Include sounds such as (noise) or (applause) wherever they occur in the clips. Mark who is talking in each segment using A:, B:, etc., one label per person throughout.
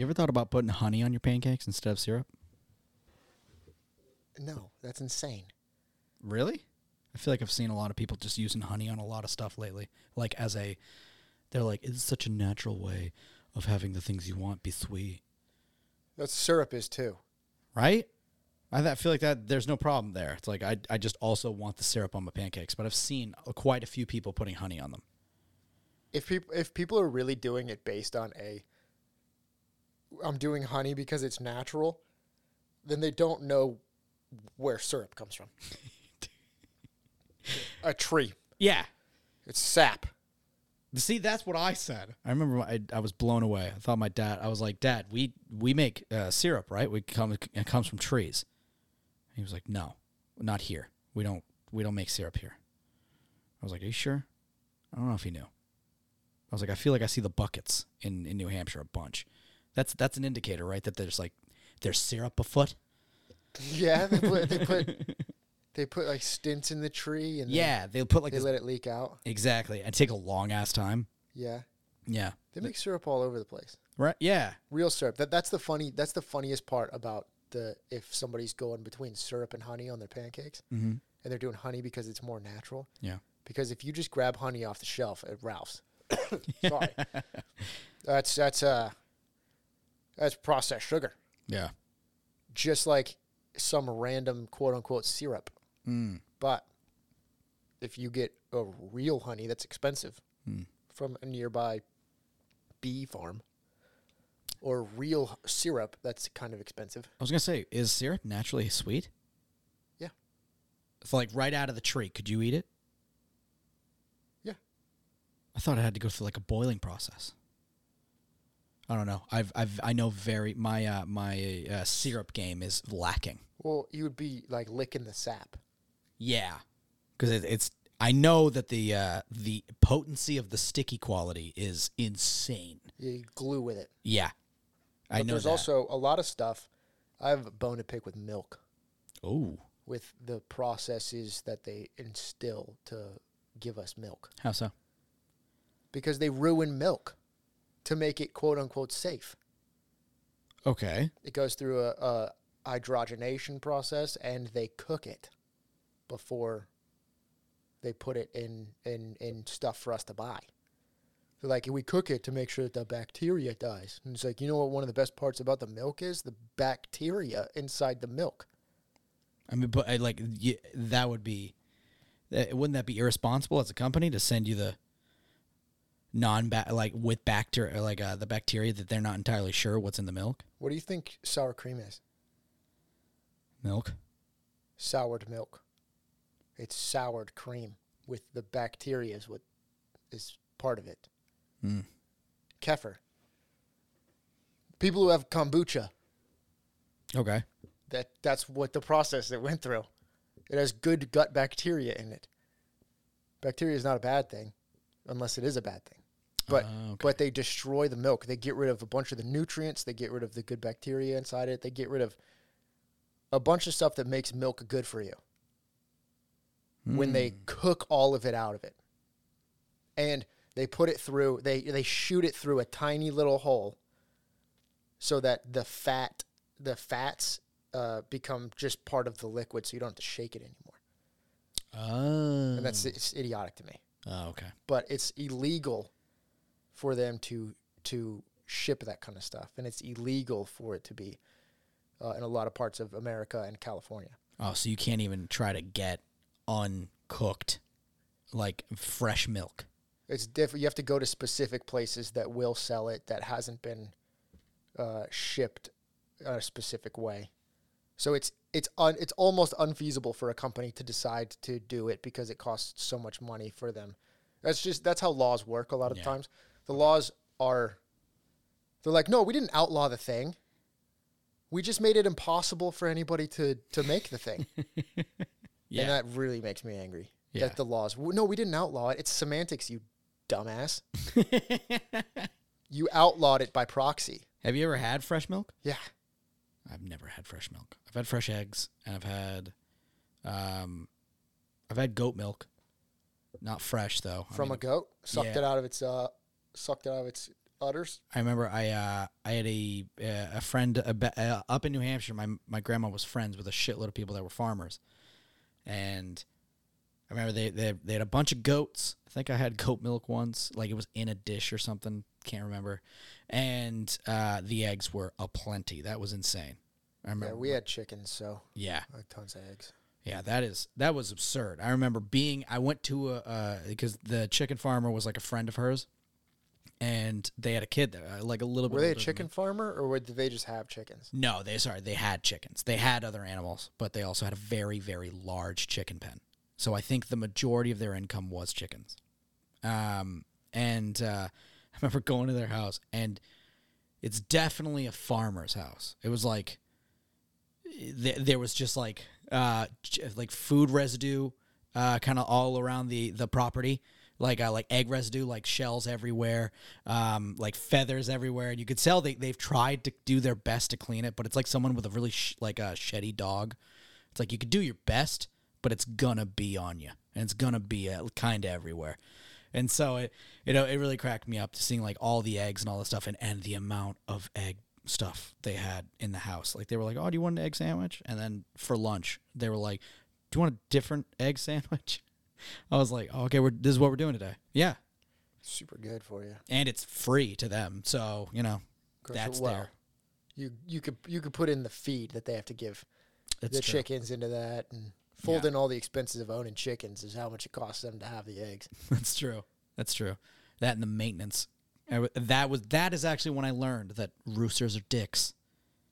A: ever thought about putting honey on your pancakes instead of syrup?
B: No, that's insane.
A: Really? I feel like I've seen a lot of people just using honey on a lot of stuff lately. Like as a, they're like, it's such a natural way of having the things you want be sweet,
B: That's syrup is too.
A: right? I that feel like that there's no problem there. It's like I I just also want the syrup on my pancakes, but I've seen quite a few people putting honey on them.
B: If people if people are really doing it based on a I'm doing honey because it's natural, then they don't know where syrup comes (laughs) from. a tree.
A: Yeah.
B: It's sap.
A: See, that's what I said. I remember I, I was blown away. I thought my dad. I was like, Dad, we we make uh, syrup, right? We come it comes from trees. He was like, No, not here. We don't we don't make syrup here. I was like, Are you sure? I don't know if he knew. I was like, I feel like I see the buckets in in New Hampshire a bunch. That's that's an indicator, right? That there's like there's syrup afoot.
B: Yeah, (laughs) they put they put (laughs) they put like stints in the tree and yeah,
A: (laughs) Yeah, they'll put like
B: they
A: this,
B: let it leak out.
A: exactly and take a long ass time.
B: Yeah.
A: Yeah,
B: They make syrup all over the place.
A: right. Yeah,
B: Real syrup. That that's the funny that's the funniest part about the if somebody's going between syrup and honey on their pancakes and they're doing honey because it's more natural.
A: yeah.
B: Because if you just grab honey off the shelf at Ralph's, sorry, that's that's uh that's processed sugar,
A: Yeah.
B: just like some random quote unquote syrup.
A: Mm.
B: But if you get a real honey that's expensive
A: Mm.
B: from a nearby bee farm, or real h- syrup that's kind of expensive,
A: I was gonna say, is syrup naturally sweet?
B: Yeah.
A: It's like right out of the tree. Could you eat it?
B: Yeah.
A: I thought it had to go through like a boiling process. I don't know. I've, I've I know very my uh, my uh, syrup game is lacking.
B: well, you would be like licking the sap.
A: Yeah, because it, it's I know that the uh, the potency of the sticky quality is insane.
B: You glue with it.
A: Yeah, I
B: But
A: know.
B: there's
A: that.
B: also a lot of stuff. I have a bone to pick with milk.
A: oh,
B: with the processes that they instill to give us milk
A: how so?
B: because they ruin milk to make it quote unquote safe.
A: Okay,
B: It goes through a, a hydrogenation process and they cook it before they put it in, in, in stuff for us to buy. They're like, we cook it to make sure that the bacteria dies. And it's like, you know what one of the best parts about the milk is? The bacteria inside the milk.
A: I mean, but I, like y that would be, that, wouldn't that be irresponsible as a company to send you the non like with bacteria like uh, the bacteria that they're not entirely sure what's in the milk?
B: What do you think sour cream is?
A: Milk.
B: soured milk. It's soured cream with the bacteria is what is part of it.
A: Mm.
B: Kefir. People who have kombucha,
A: Okay.
B: that that's what the process it went through. It has good gut bacteria in it. Bacteria is not a bad thing, unless it is a bad thing. But
A: Ah, okay.
B: but they destroy the milk. They get rid of a bunch of the nutrients. They get rid of the good bacteria inside it. They get rid of a bunch of stuff that makes milk good for you. When they
A: Hmm.
B: cook all of it out of it, and they put it through, they they shoot it through a tiny little hole, so that the fat the fats uh, become just part of the liquid, so you don't have to shake it anymore.
A: Oh.
B: And that's it's idiotic to me
A: oh, okay.
B: but it's illegal for them to to ship that kind of stuff, and it's illegal for it to be uh, in a lot of parts of America and California.
A: Oh, so you can't even try to get uncooked, like fresh
B: (laughs)
A: milk.
B: It's different. You have to go to specific places that will sell it that hasn't been uh, shipped a specific way. So it's it's un, it's almost unfeasible for a company to decide to do it because it costs so much money for them. That's just that's how laws work a lot of
A: Yeah.
B: times. The laws are they're like, "No, we didn't outlaw the thing. We just made it impossible for anybody to to make the thing."
A: (laughs) Yeah.
B: And that really makes me angry.
A: Yeah.
B: That the laws. w- No, we didn't outlaw it. It's semantics, you dumbass.
A: (laughs)
B: you outlawed it by proxy.
A: Have you ever had fresh milk?
B: Yeah.
A: I've never had fresh milk. I've had fresh eggs, and I've had, um, I've had goat milk, not fresh though. I
B: From
A: mean,
B: a goat, sucked
A: yeah.
B: it out of its uh, sucked it out of its udders.
A: I remember I uh, I had a uh, a friend uh, ba- uh, up in New Hampshire. My my grandma was friends with a shitload of people that were farmers, and I remember they they, they had a bunch of goats. I think I had goat milk once, like it was in a dish or something. Can't remember. And uh, the eggs were a plenty. That was insane. I remember.
B: Yeah, we had chickens, so
A: yeah.
B: like tons of eggs.
A: Yeah, that is that was absurd. I remember being I went to a uh, because the chicken farmer was like a friend of hers, and they had a kid that uh, like a little bit.
B: Were they a
A: older than
B: chicken
A: me.
B: farmer, or would- did they just have chickens?
A: No, they sorry they had chickens. They had other animals, but they also had a very very large chicken pen. So I think the majority of their income was chickens. Um, and uh, (laughs) I remember going to their house, and it's definitely a farmer's house. It was like th- there was just like uh ch- like food residue uh kind of all around the the property like uh, like egg residue like shells everywhere um like feathers everywhere and you could tell they they've tried to do their best to clean it but it's like someone with a really sh- like a shitty dog it's like you could do your best but it's gonna be on you and it's gonna be uh, kind of everywhere and so it you know it really cracked me up to seeing like all the eggs and all the stuff and and the amount of egg stuff they had in the house like they were like oh do you want an egg sandwich and then for lunch they were like do you want a different (laughs) egg sandwich i was like oh, okay we're this is what we're doing today yeah
B: Super good for you.
A: and it's free to them so you know
B: Grows it
A: that's
B: well.
A: there
B: You you could you could put in the feed that they have to give
A: that's
B: the
A: true.
B: chickens into that, and fold in all the expenses of owning chickens is how much it costs them to have the eggs.
A: (laughs) That's true. That's true. That and the maintenance. I w- That was that is actually when I learned that roosters are dicks.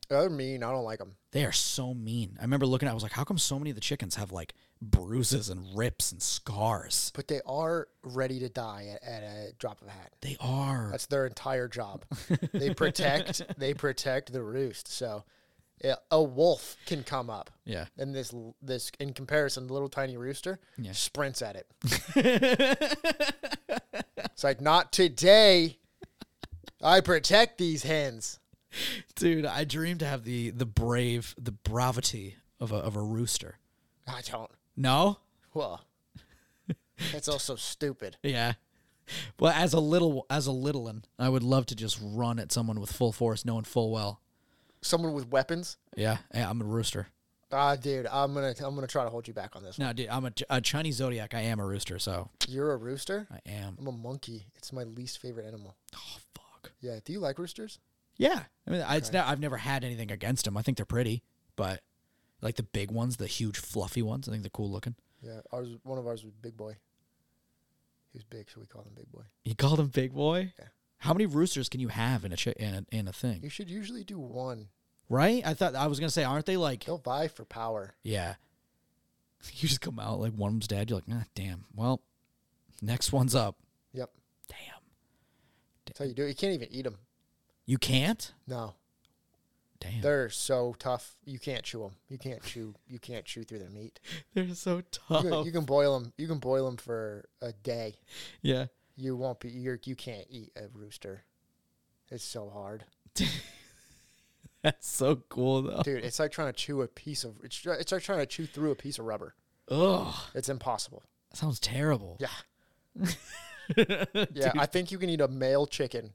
B: They're mean. I don't like them.
A: They are so mean. I remember looking. I was like, how come so many of the chickens have like bruises and rips and scars?
B: But they are ready to die at, at a drop of a hat.
A: They are.
B: That's their entire job. they protect. They protect the roost. So, yeah, a wolf can come up,
A: Yeah.
B: and this l- this in comparison, the little tiny rooster sprints at it. it's like not today. I protect these hens.
A: Dude, I dream to have the the brave, the bravity of a of a rooster.
B: I don't.
A: No.
B: Well, that's also stupid.
A: Yeah. Well, as a little as a little one, I would love to just run at someone with full force, knowing full well.
B: Someone with weapons.
A: Yeah, yeah I'm a rooster.
B: Ah, dude, I'm gonna I'm gonna try to hold you back on this. one.
A: No, dude, I'm a, a Chinese zodiac. I am a rooster, so
B: You're a rooster.
A: I am.
B: I'm a monkey. It's my least favorite animal.
A: Oh fuck.
B: Yeah. Do you like roosters?
A: Yeah, I mean, I, it's ne- I've never had anything against them. I think they're pretty, but like the big ones, the huge fluffy ones, I think they're cool looking.
B: Yeah, ours. One of ours was Big Boy. He was big, so we called him Big Boy.
A: You call them big boy.
B: Yeah.
A: How many roosters can you have in a chi- in a, in a thing?
B: You should usually do one.
A: Right? I thought I was gonna say, aren't they like?
B: They'll vie for power.
A: Yeah. (laughs) You just come out like one of them's dead. You're like, ah, damn. Well, next one's up.
B: Yep,
A: Damn.
B: that's how you do it. You can't even eat them.
A: You can't.
B: No,
A: Damn.
B: they're so tough. You can't chew them. You can't chew. You can't chew through their meat.
A: They're so
B: You
A: (laughs) tough.
B: can, you can boil them. You can boil them for a day.
A: yeah. (laughs)
B: You won't be. You're, you can't eat a rooster. It's so hard,
A: That's so cool though.
B: dude. It's like trying to chew a piece of. It's, it's like trying to chew through a piece of rubber.
A: Ugh.
B: It's impossible.
A: That sounds terrible.
B: Yeah.
A: (laughs)
B: (laughs) yeah, I think you can eat a male chicken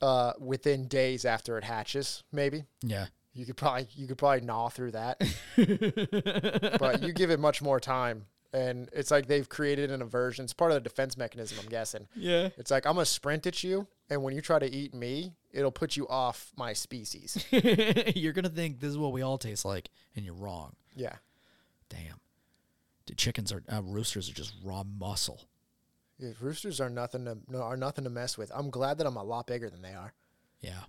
B: uh, within days after it hatches. Maybe
A: Yeah.
B: you could probably you could probably gnaw through that, (laughs) but you give it much more time, and it's like they've created an aversion. It's part of the defense mechanism, I'm guessing.
A: (laughs) Yeah. (laughs)
B: It's like I'm gonna sprint at you, and when you try to eat me, it'll put you off
A: (laughs)
B: my species.
A: you're gonna think this is what we all taste like, and you're wrong.
B: yeah,
A: Damn. Dude, chickens are uh, roosters are just raw muscle.
B: Yeah, roosters are nothing to no, are nothing to mess with. I'm glad that I'm a lot bigger than they are.
A: Yeah.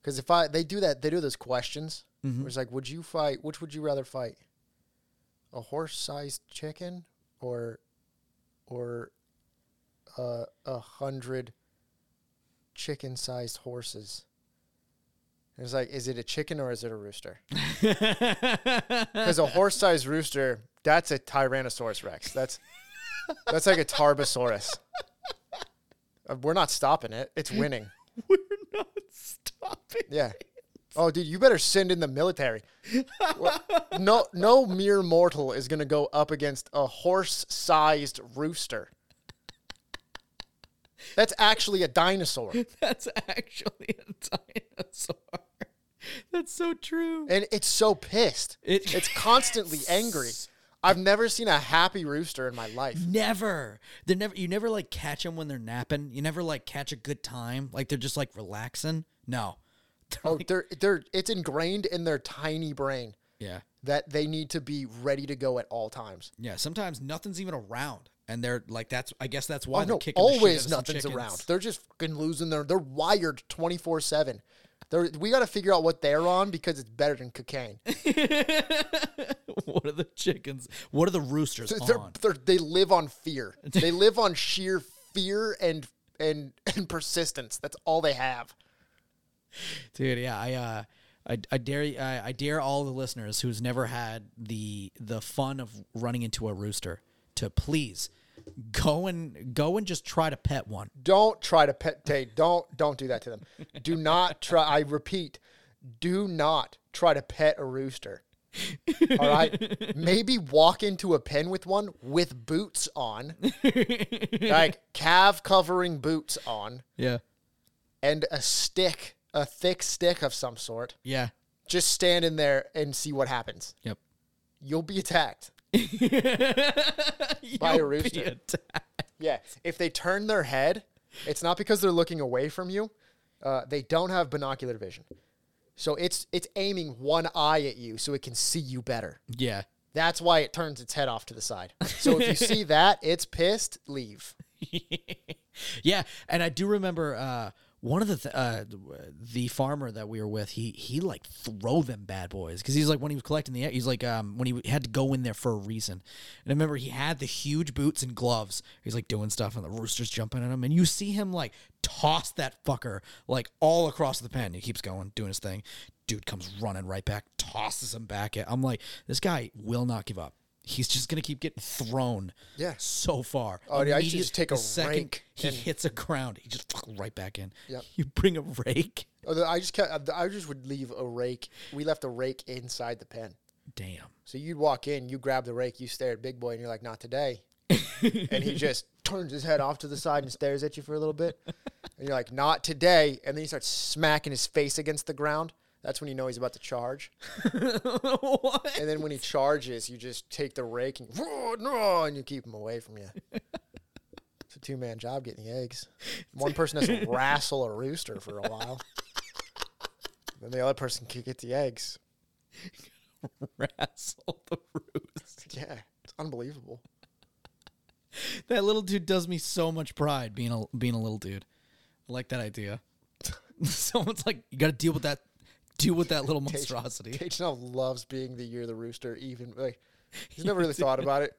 B: Because if I they do that, they do those questions. Where it's like, would you fight? Which would you rather fight? A horse-sized chicken or, or, uh, a hundred chicken-sized horses. And it's like, is it a chicken or is it a rooster? Because a horse-sized rooster, that's a Tyrannosaurus Rex. That's that's like a Tarbosaurus. Uh, We're not stopping it. It's winning.
A: (laughs) We're not stopping.
B: Yeah. Oh, dude, you better send in the military. Wha- no, no mere mortal is gonna go up against a horse-sized rooster. That's actually a dinosaur.
A: That's actually a dinosaur. (laughs) That's so true.
B: And it's so pissed.
A: It-
B: it's constantly angry. I've never seen a happy rooster in my life.
A: Never. They never. You never like catch them when they're napping. You never like catch a good time. Like they're just like relaxing. No. (laughs) They're
B: Oh,
A: like-
B: they're they're it's ingrained in their tiny brain
A: yeah.
B: that they need to be ready to go at all times.
A: Yeah. Sometimes nothing's even around, and they're like, "That's." I guess that's why.
B: Oh
A: they're
B: no,
A: kicking the shit out of
B: always
A: some
B: nothing's
A: chickens.
B: around. They're just fucking losing their they're wired 24/7. They're, we got to figure out what they're on because it's better than cocaine.
A: (laughs) what are the chickens? What are the roosters
B: (laughs) They're,
A: on?
B: they're, they live on
A: (laughs)
B: fear. They live on sheer fear and and and persistence. That's all they have.
A: Dude, yeah, I, uh, I, I dare, I, I dare all the listeners who's never had the the fun of running into a rooster to please go and go and just try to pet one.
B: Don't try to pet. Tay, don't don't do that to them. Do not try. I repeat, do not try to pet a rooster. All right, maybe walk into a pen with one with boots on, like calf covering boots on,
A: Yeah,
B: and a stick, a thick stick of some sort.
A: yeah,
B: Just stand in there and see what happens.
A: (laughs) yep.
B: You'll be attacked.
A: You'll
B: By a
A: be
B: rooster.
A: attacked.
B: Yeah. If they turn their head, it's not because they're looking away from you. Uh, they don't have binocular vision. So it's it's aiming one eye at you so it can see you better.
A: Yeah,
B: That's why it turns its head off to the side. So if you see that, it's pissed, leave.
A: (laughs) yeah, and I do remember uh, one of the th- uh, the farmer that we were with. He he like throw them bad boys because he's like when he was collecting the he's like um, when he had to go in there for a reason. And I remember he had the huge boots and gloves. He's like doing stuff and the roosters jumping at him, and you see him like toss that fucker like all across the pen. He keeps going doing his thing. Dude comes running right back, tosses him back. At I'm like this guy will not give up. He's just gonna keep getting thrown.
B: Yeah.
A: So far.
B: Oh, yeah, I should
A: Immediate-
B: just take a
A: the second
B: rake
A: He hits a ground. He just fuck right back in.
B: Yep.
A: You bring a rake.
B: Although I just kept, I just would leave a rake. We left a rake inside the pen.
A: Damn.
B: (laughs) So you'd walk in, you grab the rake, you stare at Big Boy, and you're like, not today. and he just turns his head off to the side and stares at you for a little bit. And you're like, not today. And then he starts smacking his face against the ground. That's when you know he's about to charge. (laughs)
A: what?
B: And then when he charges, you just take the rake and, "Roar, roar," and you keep him away from you. It's a two man job getting the eggs. One person has to wrestle a rooster for a while. Then the other person can get the eggs.
A: Wrestle the roost.
B: Yeah, it's unbelievable.
A: That little dude does me so much pride being a being a little dude. I like that
B: (laughs)
A: idea. (laughs) Someone's like, you got to deal with that. Deal with that little monstrosity.
B: Cajunov loves being the year the rooster. Even
A: (laughs)
B: like he's never really thought about it.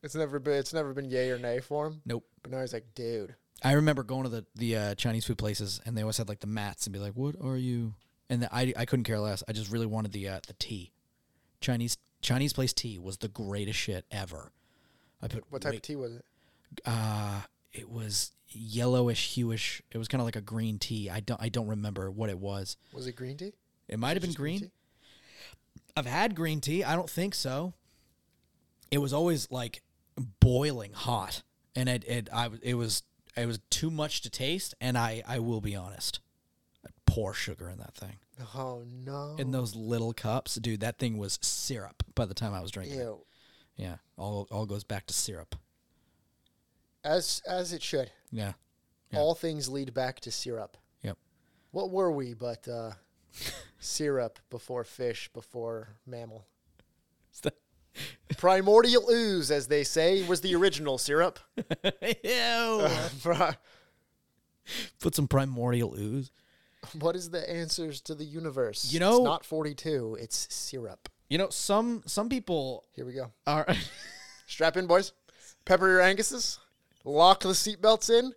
B: It's never been it's never been yay or nay for him.
A: Nope.
B: But now he's like, dude,
A: I remember going to the the uh, Chinese food places, and they always had like the mats, and be like, "What are you?" And the, I I couldn't care less. I just really wanted the uh, the tea. Chinese Chinese place tea was the greatest shit ever. I put
B: what type
A: wait,
B: of tea was it?
A: uh it was yellowish hewish it was kind of like a green tea i don't i don't remember what it was
B: Was it green tea?
A: it might have been green i've had green tea i don't think so it was always like boiling hot and it it i it was it was too much to taste and i i will be honest I pour sugar in that thing
B: Oh no.
A: in those little cups dude that thing was syrup by the time i was drinking it.
B: Ew.
A: yeah all all goes back to syrup
B: As as it should.
A: yeah Yeah.
B: All things lead back to syrup.
A: yep (laughs)
B: What were we but uh syrup before fish before mammal? Primordial ooze, as they say, was the
A: (laughs)
B: original syrup.
A: Ew. Put some primordial ooze.
B: What is the answers to the universe?
A: You know-
B: it's not 42, it's syrup.
A: You know, some some people
B: Here we go.
A: are (laughs)
B: Strap in, boys. Pepper your anguses. Lock the seatbelts in.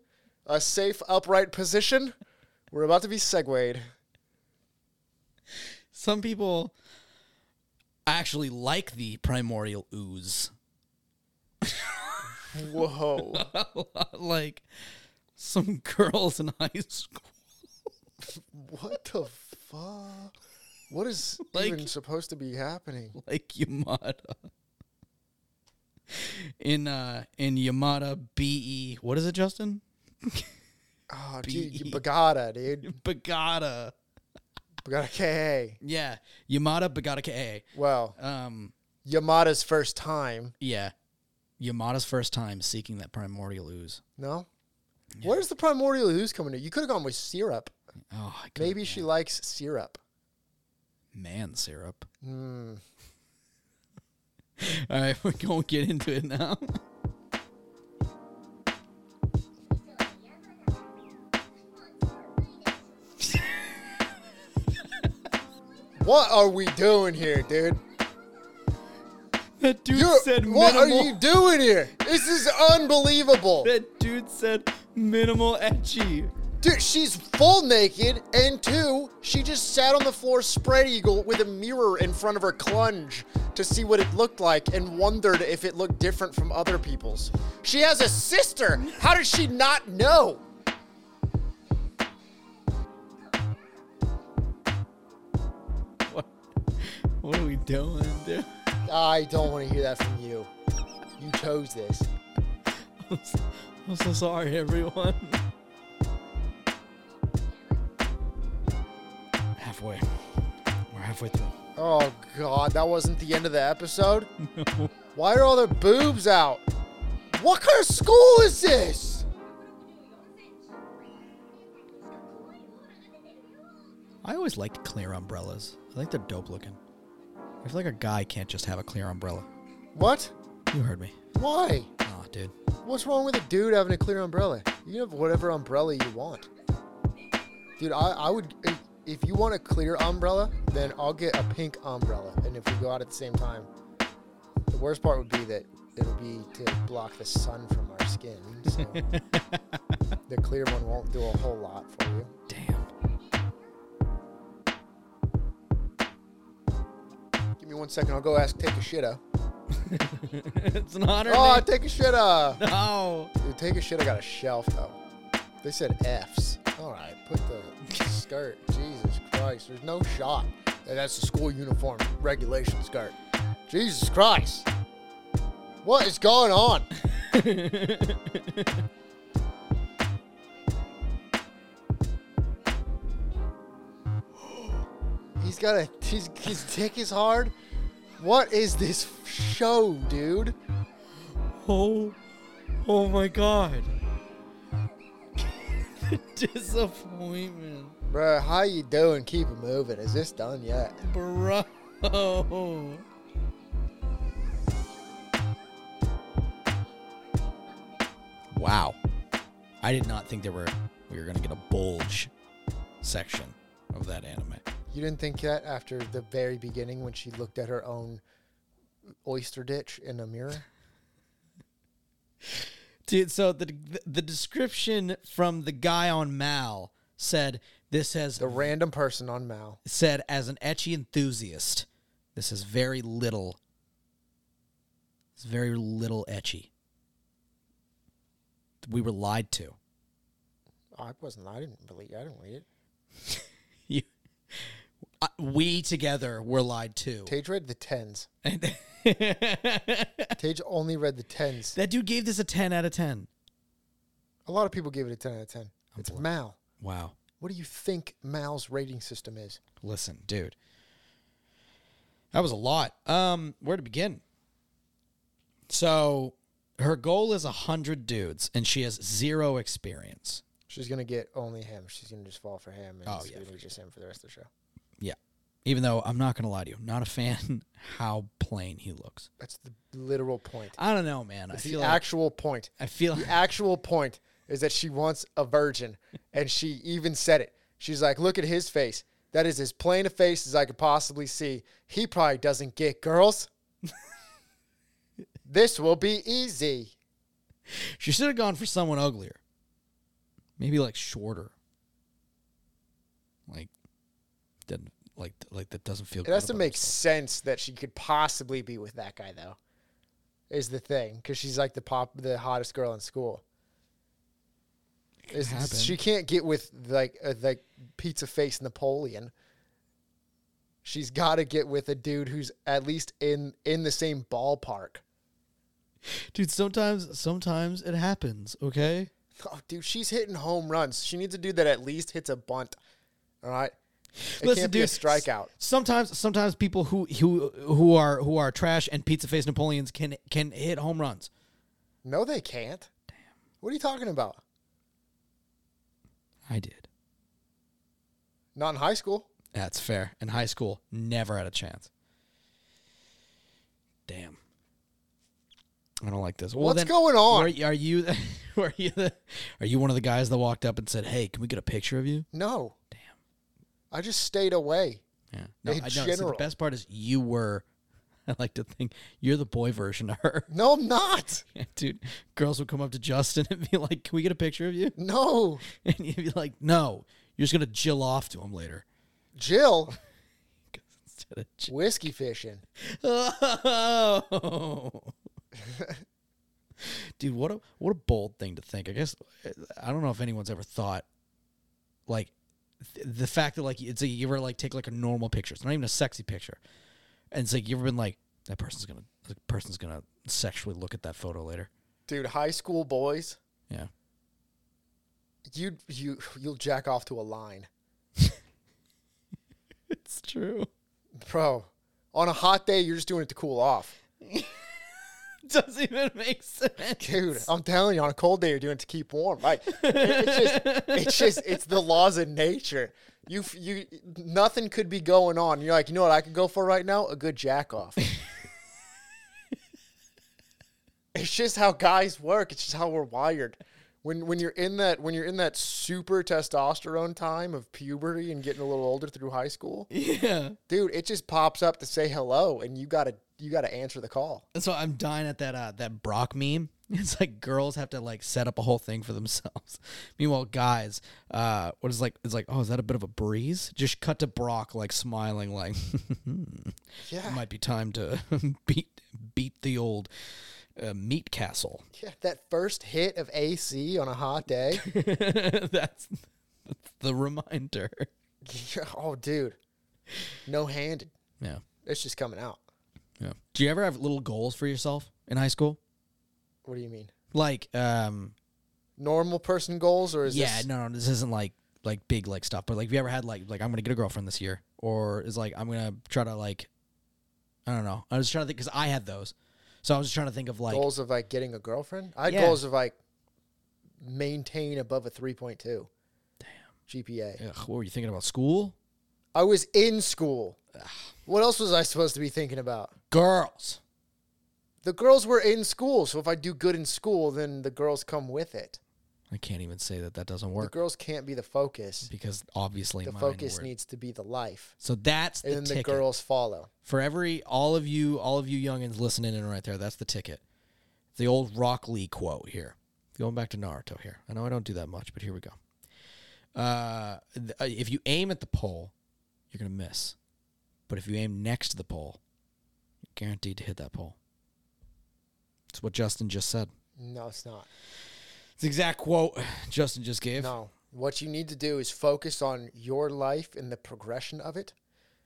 B: A safe, upright position. We're about to be segued.
A: some people actually like the primordial ooze. (laughs)
B: Whoa.
A: like some girls in (laughs) high school.
B: what the fuck? What is
A: Like-
B: even supposed to be happening?
A: like Yamada. E, In uh in Yamada BE, what is it, Justin?
B: Oh,
A: E (laughs)
B: dude, you Bagada, dude.
A: Bagata.
B: Bagada KA.
A: Yeah. Yamada Bagata K.
B: Well,
A: Um,
B: Yamada's first time.
A: yeah. Yamada's first time seeking that primordial ooze.
B: No? Where's the primordial ooze coming in? You could have gone with syrup.
A: Oh, I could've-
B: Maybe she likes syrup.
A: man syrup. (laughs) All right, (laughs) we're going to get into it now.
B: What are we doing here, dude?
A: that dude
B: You're-
A: said
B: what are
A: minimal.
B: you doing here? This is unbelievable.
A: that dude said minimal etchy.
B: Dude, she's full naked, and two, she just sat on the floor spread eagle with a mirror in front of her clunge to see what it looked like and wondered if it looked different from other people's. She has a sister! How does she not know?
A: What, what are we doing, dude?
B: I don't want to hear that from you. You chose this.
A: I'm so- I'm so sorry, everyone. Halfway. We're halfway through.
B: Oh god, that wasn't the end of the episode? Why are all their boobs out? What kind of school is this?
A: I always liked clear umbrellas. I think they're dope looking. I feel like a guy can't just have a clear umbrella.
B: What?
A: You heard me.
B: Why?
A: Aw, dude.
B: What's wrong with a dude having a clear umbrella? You can have whatever umbrella you want. Dude, I, I would. If, if you want a clear umbrella, then I'll get a pink umbrella. And if we go out at the same time, the worst part would be that it'll be to block the sun from our skin. So the clear one won't do a whole lot for you.
A: Damn. (laughs)
B: Give me one second. I'll go ask Take a Shitta.
A: it's not her
B: Oh,
A: name.
B: Take a Shitta!
A: No.
B: Dude, Take a Shitta got a shelf, though. They said F's. All right, put the skirt. Jesus Christ. There's no shot. that That's the school uniform regulation skirt. Jesus Christ. What is going on? (gasps) He's got a his, his dick is hard. What is this show, dude?
A: Oh, oh my god. (laughs) the disappointment,
B: Bruh, how you doing? Keep it moving. Is this done yet?
A: bro. Wow, I did not think there were we were gonna get a bulge section of that anime.
B: You didn't think that after the very beginning when she looked at her own oyster ditch in a mirror?
A: Dude, so the the description from the guy on Mal said this has (laughs)
B: The random person on Mal.
A: said as an etchy enthusiast, this is very little. It's very little etchy. We were lied to. (laughs)
B: I wasn't. I didn't believe. I didn't read it.
A: You, I, we together were lied to. (laughs)
B: Tage read the tens.
A: And-
B: Tage only read
A: (laughs)
B: the tens.
A: that dude gave this a ten out of ten.
B: A lot of people gave it a ten out of ten. It's Mal.
A: Wow.
B: What do you think Mal's rating system is?
A: Listen, dude. That was a lot. Um, where to begin? So her goal is a hundred dudes, and she has zero experience.
B: She's gonna get only him. She's gonna just fall for him, and
A: Oh,
B: it's
A: yeah,
B: gonna be just him for the rest of the show.
A: Yeah. Even though I'm not gonna lie to you, not a fan (laughs) how plain he looks.
B: That's the literal point.
A: I don't know, man. I
B: It's
A: feel
B: the
A: like,
B: actual point.
A: I feel
B: The actual point is that she wants a virgin, and she even said it. She's like, "Look at his face. That is as plain a face as I could possibly see. He probably doesn't get girls. (laughs) this will be easy."
A: she should have gone for someone uglier. Maybe like shorter. Like didn't like like that doesn't feel
B: It
A: good.
B: has to
A: about
B: make
A: herself.
B: sense that she could possibly be with that guy, though. Is the thing because she's like the pop, the hottest girl in school. Is-
A: happen.
B: She can't get with like uh, like pizza face Napoleon. She's got to get with a dude who's at least in in the same ballpark.
A: Dude, sometimes sometimes it happens, okay?
B: Oh, dude, she's hitting home runs. She needs a dude that at least hits a bunt. All right. It
A: Listen,
B: can't
A: dude,
B: be a strikeout.
A: Sometimes, sometimes people who who who are who are trash and pizza face Napoleons can can hit home runs.
B: No, they can't. Damn. What are you talking about?
A: I did.
B: Not in high school.
A: That's fair. In high school, never had a chance. Damn. I don't like this. Well,
B: What's
A: then,
B: going on?
A: Are, are you? Are you? The, (laughs) are you one of the guys that walked up and said, "Hey, can we get a picture of you?"
B: No.
A: Damn.
B: I just stayed away.
A: Yeah. No,
B: In
A: I, no see, the
B: general.
A: best part is you were. (laughs) I like to think you're the boy version of her, (laughs)
B: No, I'm not.
A: dude. Girls would come up to Justin (laughs) and be like, "Can we get a picture of you?" (laughs)
B: No.
A: And you'd be like, "No, you're just gonna jill off to him later." (laughs)
B: Jill,
A: 'Cause Instead of jill-
B: whiskey fishing.
A: (laughs) Oh. Dude, what a what a bold thing to think. I guess I don't know if anyone's ever thought like th- the fact that like it's like you ever like take like a normal picture. It's not even a sexy picture. And it's like you've ever been like that person's going to that person's going to sexually look at that photo later.
B: Dude, high school boys,
A: Yeah.
B: you you you'll jack off to a line.
A: It's true.
B: Bro, on a hot day, you're just doing it to cool off.
A: (laughs) Doesn't even make sense.
B: Dude, I'm telling you, on a cold day, you're doing it to keep warm. Like, it- it's just, it's just, it's the laws of nature. You, f- you, nothing could be going on. You're like, you know what I could go for right now? A good jack off. it's just how guys work. It's just how we're wired. When, when you're in that when you're in that super testosterone time of puberty and getting a little older through high school,
A: Yeah.
B: dude, it just pops up to say hello, and you gotta you gotta answer the call.
A: And so I'm dying at that uh, that Brock meme. (laughs) It's like girls have to like set up a whole thing for themselves. (laughs) Meanwhile, guys, uh, what is like? It's like, oh, is that a bit of a breeze? Just cut to Brock like smiling, like (laughs)
B: Yeah,
A: it might be time to (laughs) beat beat the old uh, meat castle. (laughs)
B: Yeah, that first hit of AC on a hot day. (laughs)
A: that's, that's the reminder.
B: oh, dude. No handed.
A: Yeah,
B: It's just coming out.
A: yeah. Do you ever have little goals for yourself in high school?
B: What do you mean?
A: Like, um,
B: Normal person goals or is
A: yeah,
B: this
A: no, no, this isn't like like big like stuff. But like, have you ever had like like I'm gonna get a girlfriend this year, or is like I'm gonna try to like, I don't know. I was trying to think because I had those, so I was just trying to think of like,
B: goals of like getting a girlfriend? I had
A: Yeah.
B: goals of like maintain above a 3.2 Damn. GPA.
A: ugh, what were you thinking about school?
B: I was in school. What else was I supposed to be thinking about?
A: Girls,
B: The girls were in school, so if I do good in school, then the girls come with it.
A: I can't even say that that doesn't
B: The
A: work
B: girls can't be the focus.
A: because obviously
B: The
A: mine
B: focus
A: were.
B: needs to be the life.
A: so that's the
B: And then
A: ticket
B: the girls follow.
A: for every all of you all of you youngins listening in right there. That's the ticket. The old Rock Lee quote here. Going back to Naruto here. I know I don't do that much, but here we go. uh, th- uh, if you aim at the pole, you're going to miss. But if you aim next to the pole, you're guaranteed to hit that pole. It's what Justin just said.
B: No, it's not.
A: It's the exact quote (sighs) Justin just gave.
B: No. What you need to do is focus on your life and the progression of it,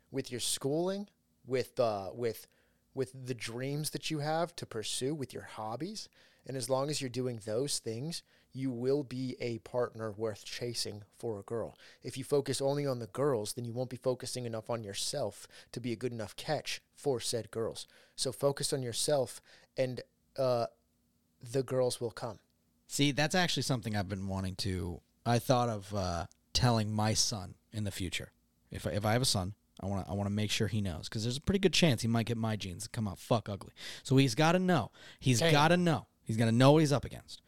B: with your schooling, with uh, with with the dreams that you have to pursue, with your hobbies, and as long as you're doing those things, you will be a partner worth chasing for a girl. If you focus only on the girls, then you won't be focusing enough on yourself to be a good enough catch for said girls. So focus on yourself, and uh, the girls will come.
A: See, that's actually something I've been wanting to. I thought of uh, telling my son in the future. If I, if I have a son, I want to I want to make sure he knows because there's a pretty good chance he might get my genes and come out fuck ugly. So he's got to know. He's
B: Damn.
A: got to know. He's gonna know what he's up against.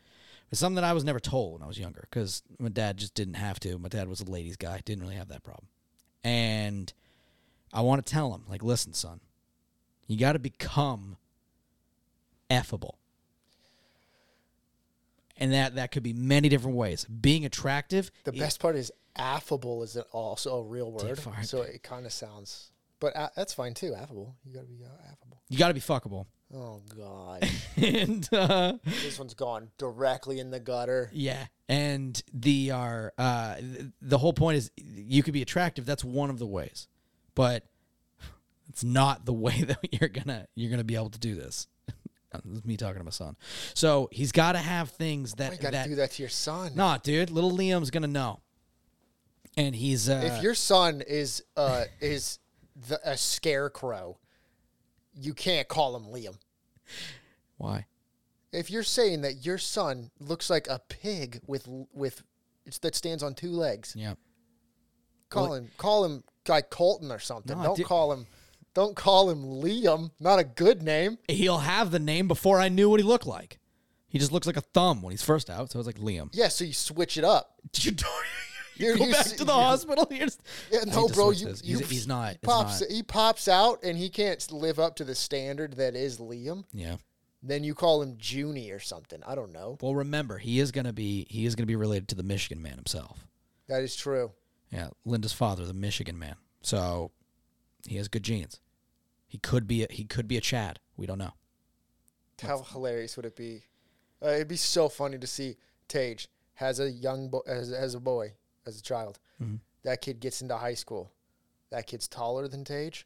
A: It's something that I was never told when I was younger because my dad just didn't have to. My dad was a ladies guy, didn't really have that problem. And I want to tell him, like, listen, son, you got to become effable and that that could be many different ways. Being attractive,
B: The
A: it-
B: best part is affable is also a real word,
A: fart.
B: so it kind of sounds. But a- that's fine too. Affable, you gotta be uh, affable.
A: you got to be fuckable. (laughs)
B: Oh God,
A: and uh,
B: this one's gone directly in the gutter.
A: yeah, and the are uh, th- the whole point is you could be attractive. That's one of the ways, (laughs) but it's not the way that you're gonna you're gonna be able to do this. (laughs) This is me talking to my son. So he's got to have things that
B: Oh, You got to
A: that.
B: do that to your son.
A: Nah, dude, little Liam's gonna know, and he's uh,
B: If your son is uh is the, a scarecrow, you can't call him Liam.
A: why?
B: If you're saying that your son looks like a pig with with it's, that stands on two legs,
A: Yeah.
B: call him call him like Colton or something.
A: No,
B: don't
A: dude.
B: call him don't call him Liam. Not a good name.
A: he'll have the name before I knew what he looked like. He just looks like a thumb when he's first out, so I was like
B: (laughs)
A: Liam.
B: Yeah, so you switch it up.
A: Did you, do- you
B: You're-
A: go
B: you
A: back
B: s-
A: to the
B: you're-
A: hospital? You're just-
B: Yeah,
A: I
B: no,
A: need to
B: bro,
A: switch
B: you,
A: this.
B: you
A: he's, he's not.
B: he
A: it's
B: pops
A: not-
B: he pops out and he can't live up to the standard that is Liam.
A: Yeah.
B: Then you call him Junie or something. I don't know.
A: Well, remember he is gonna be he is gonna be related to the Michigan man himself.
B: That is true.
A: Yeah, Linda's father, the Michigan man. So he has good genes. He could be a, he could be a Chad. We don't know.
B: How hilarious would it be? Uh, it'd be so funny to see Tage has a young boy, as, as a boy, as a child.
A: Mm-hmm.
B: That kid gets into high school. That kid's taller than Tage,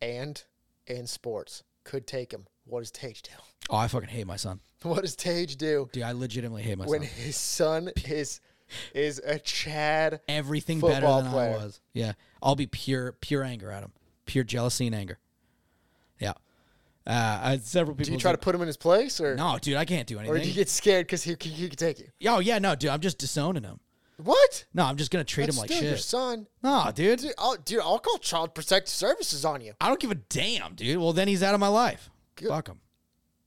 B: and in sports could take him. What does Tage do? (laughs)
A: Oh, I fucking hate my son.
B: What does Tage do
A: Dude, I legitimately hate my
B: when
A: son.
B: his son is is a Chad?
A: Everything better
B: football
A: than
B: player.
A: I was. Yeah, I'll be pure pure anger at him, pure jealousy and anger. Yeah, uh, I, several people.
B: Do you try to put him in his place, or
A: No, dude, I can't do
B: or do
A: anything.
B: you get scared because he, he could take you?
A: oh yeah, no, dude, I'm just disowning him.
B: What?
A: No, I'm just gonna treat him like
B: Still your
A: shit.
B: son.
A: No, dude,
B: Dude, I'll, dude, I'll call Child Protective Services on you.
A: I don't give a damn, dude. Well, then he's out of my life. Fuck him.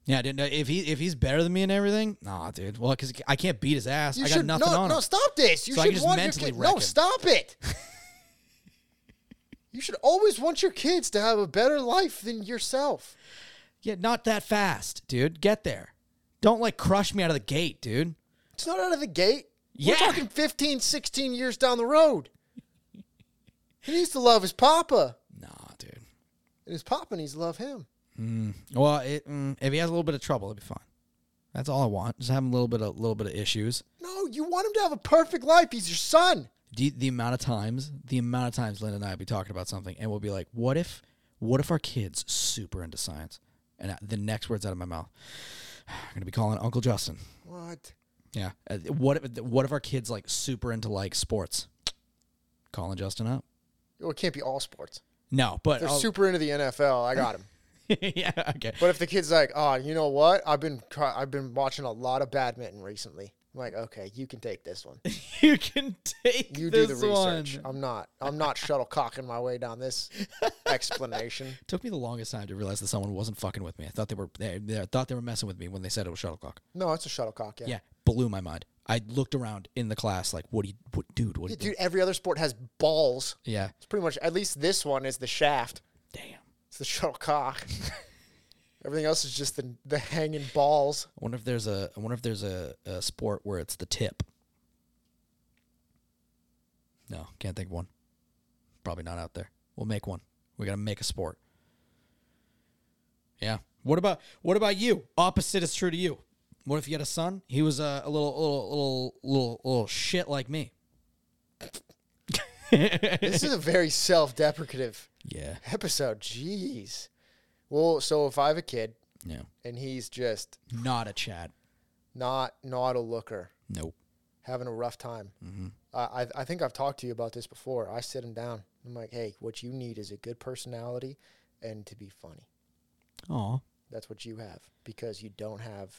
A: Yeah, dude. no, If he if he's better than me and everything, nah, dude. Well, because I can't beat his ass.
B: You
A: I got
B: should
A: nothing
B: no,
A: on
B: no,
A: him.
B: stop this. You
A: So I
B: should
A: can just
B: want
A: mentally
B: your kid,
A: wreck
B: No,
A: him. (laughs)
B: stop it. you should always want your kids to have a better life than yourself.
A: Yeah, not that fast, dude. Get there. Don't like crush me out of the gate, dude.
B: It's not out of the gate.
A: Yeah.
B: We're talking 15, 16 years down the road. He needs to love his papa,
A: Nah, dude.
B: and his papa needs to love him.
A: Well, it, mm, if he has a little bit of trouble, it'll be fine. That's all I want. Just have a little bit of little bit of issues.
B: No, you want him to have a perfect life. He's your son.
A: The, the amount of times, the amount of times Linda and I will be talking about something, and we'll be like, "What if, what if our kids super into science?" And I- the next words out of my mouth, (sighs) I'm gonna be calling Uncle Justin.
B: What?
A: Yeah. Uh, what if what if our kids like super into like sports? Calling Justin up.
B: Well, Oh, it can't be all sports.
A: No, but
B: They're
A: I'll-
B: super into the NFL. I got him.
A: (laughs) yeah, okay.
B: But if the kid's like, oh, you know what? I've been try- I've been watching a lot of badminton recently. I'm like, okay, you can take
A: (laughs)
B: this one.
A: you can take
B: You do
A: this
B: the research.
A: one.
B: I'm not. I'm not shuttlecocking my way down this explanation. (laughs)
A: It took me the longest time to realize that someone wasn't fucking with me. I thought they were they, they I thought they were messing with me when they said it was shuttlecock.
B: No, it's a shuttlecock. Yeah.
A: Yeah, blew my mind. I looked around in the class like, "What do you, what, dude? What do you do?"
B: Dude, every other sport has balls.
A: Yeah,
B: It's pretty much. At least this one is the shaft.
A: damn.
B: It's the shuttlecock. (laughs) Everything else is just the the hanging balls.
A: I wonder if there's a I wonder if there's a, a sport where it's the tip. No, can't think of one. Probably not out there. We'll make one. We gotta make a sport. Yeah. What about what about you? Opposite is true to you. What if you had a son? He was a, a little little little little little shit like (laughs) me.
B: This
A: (laughs)
B: is a very self-deprecative
A: Yeah.
B: episode. Jeez. Well, so if I have a kid
A: No.
B: and he's just
A: Not a Chad.
B: not not a looker,
A: Nope.
B: having a rough time.
A: Mm-hmm.
B: I I, I think I've talked to you about this before. I sit him down. I'm like, hey, what you need is a good personality and to be funny.
A: Aw.
B: That's what you have because you don't have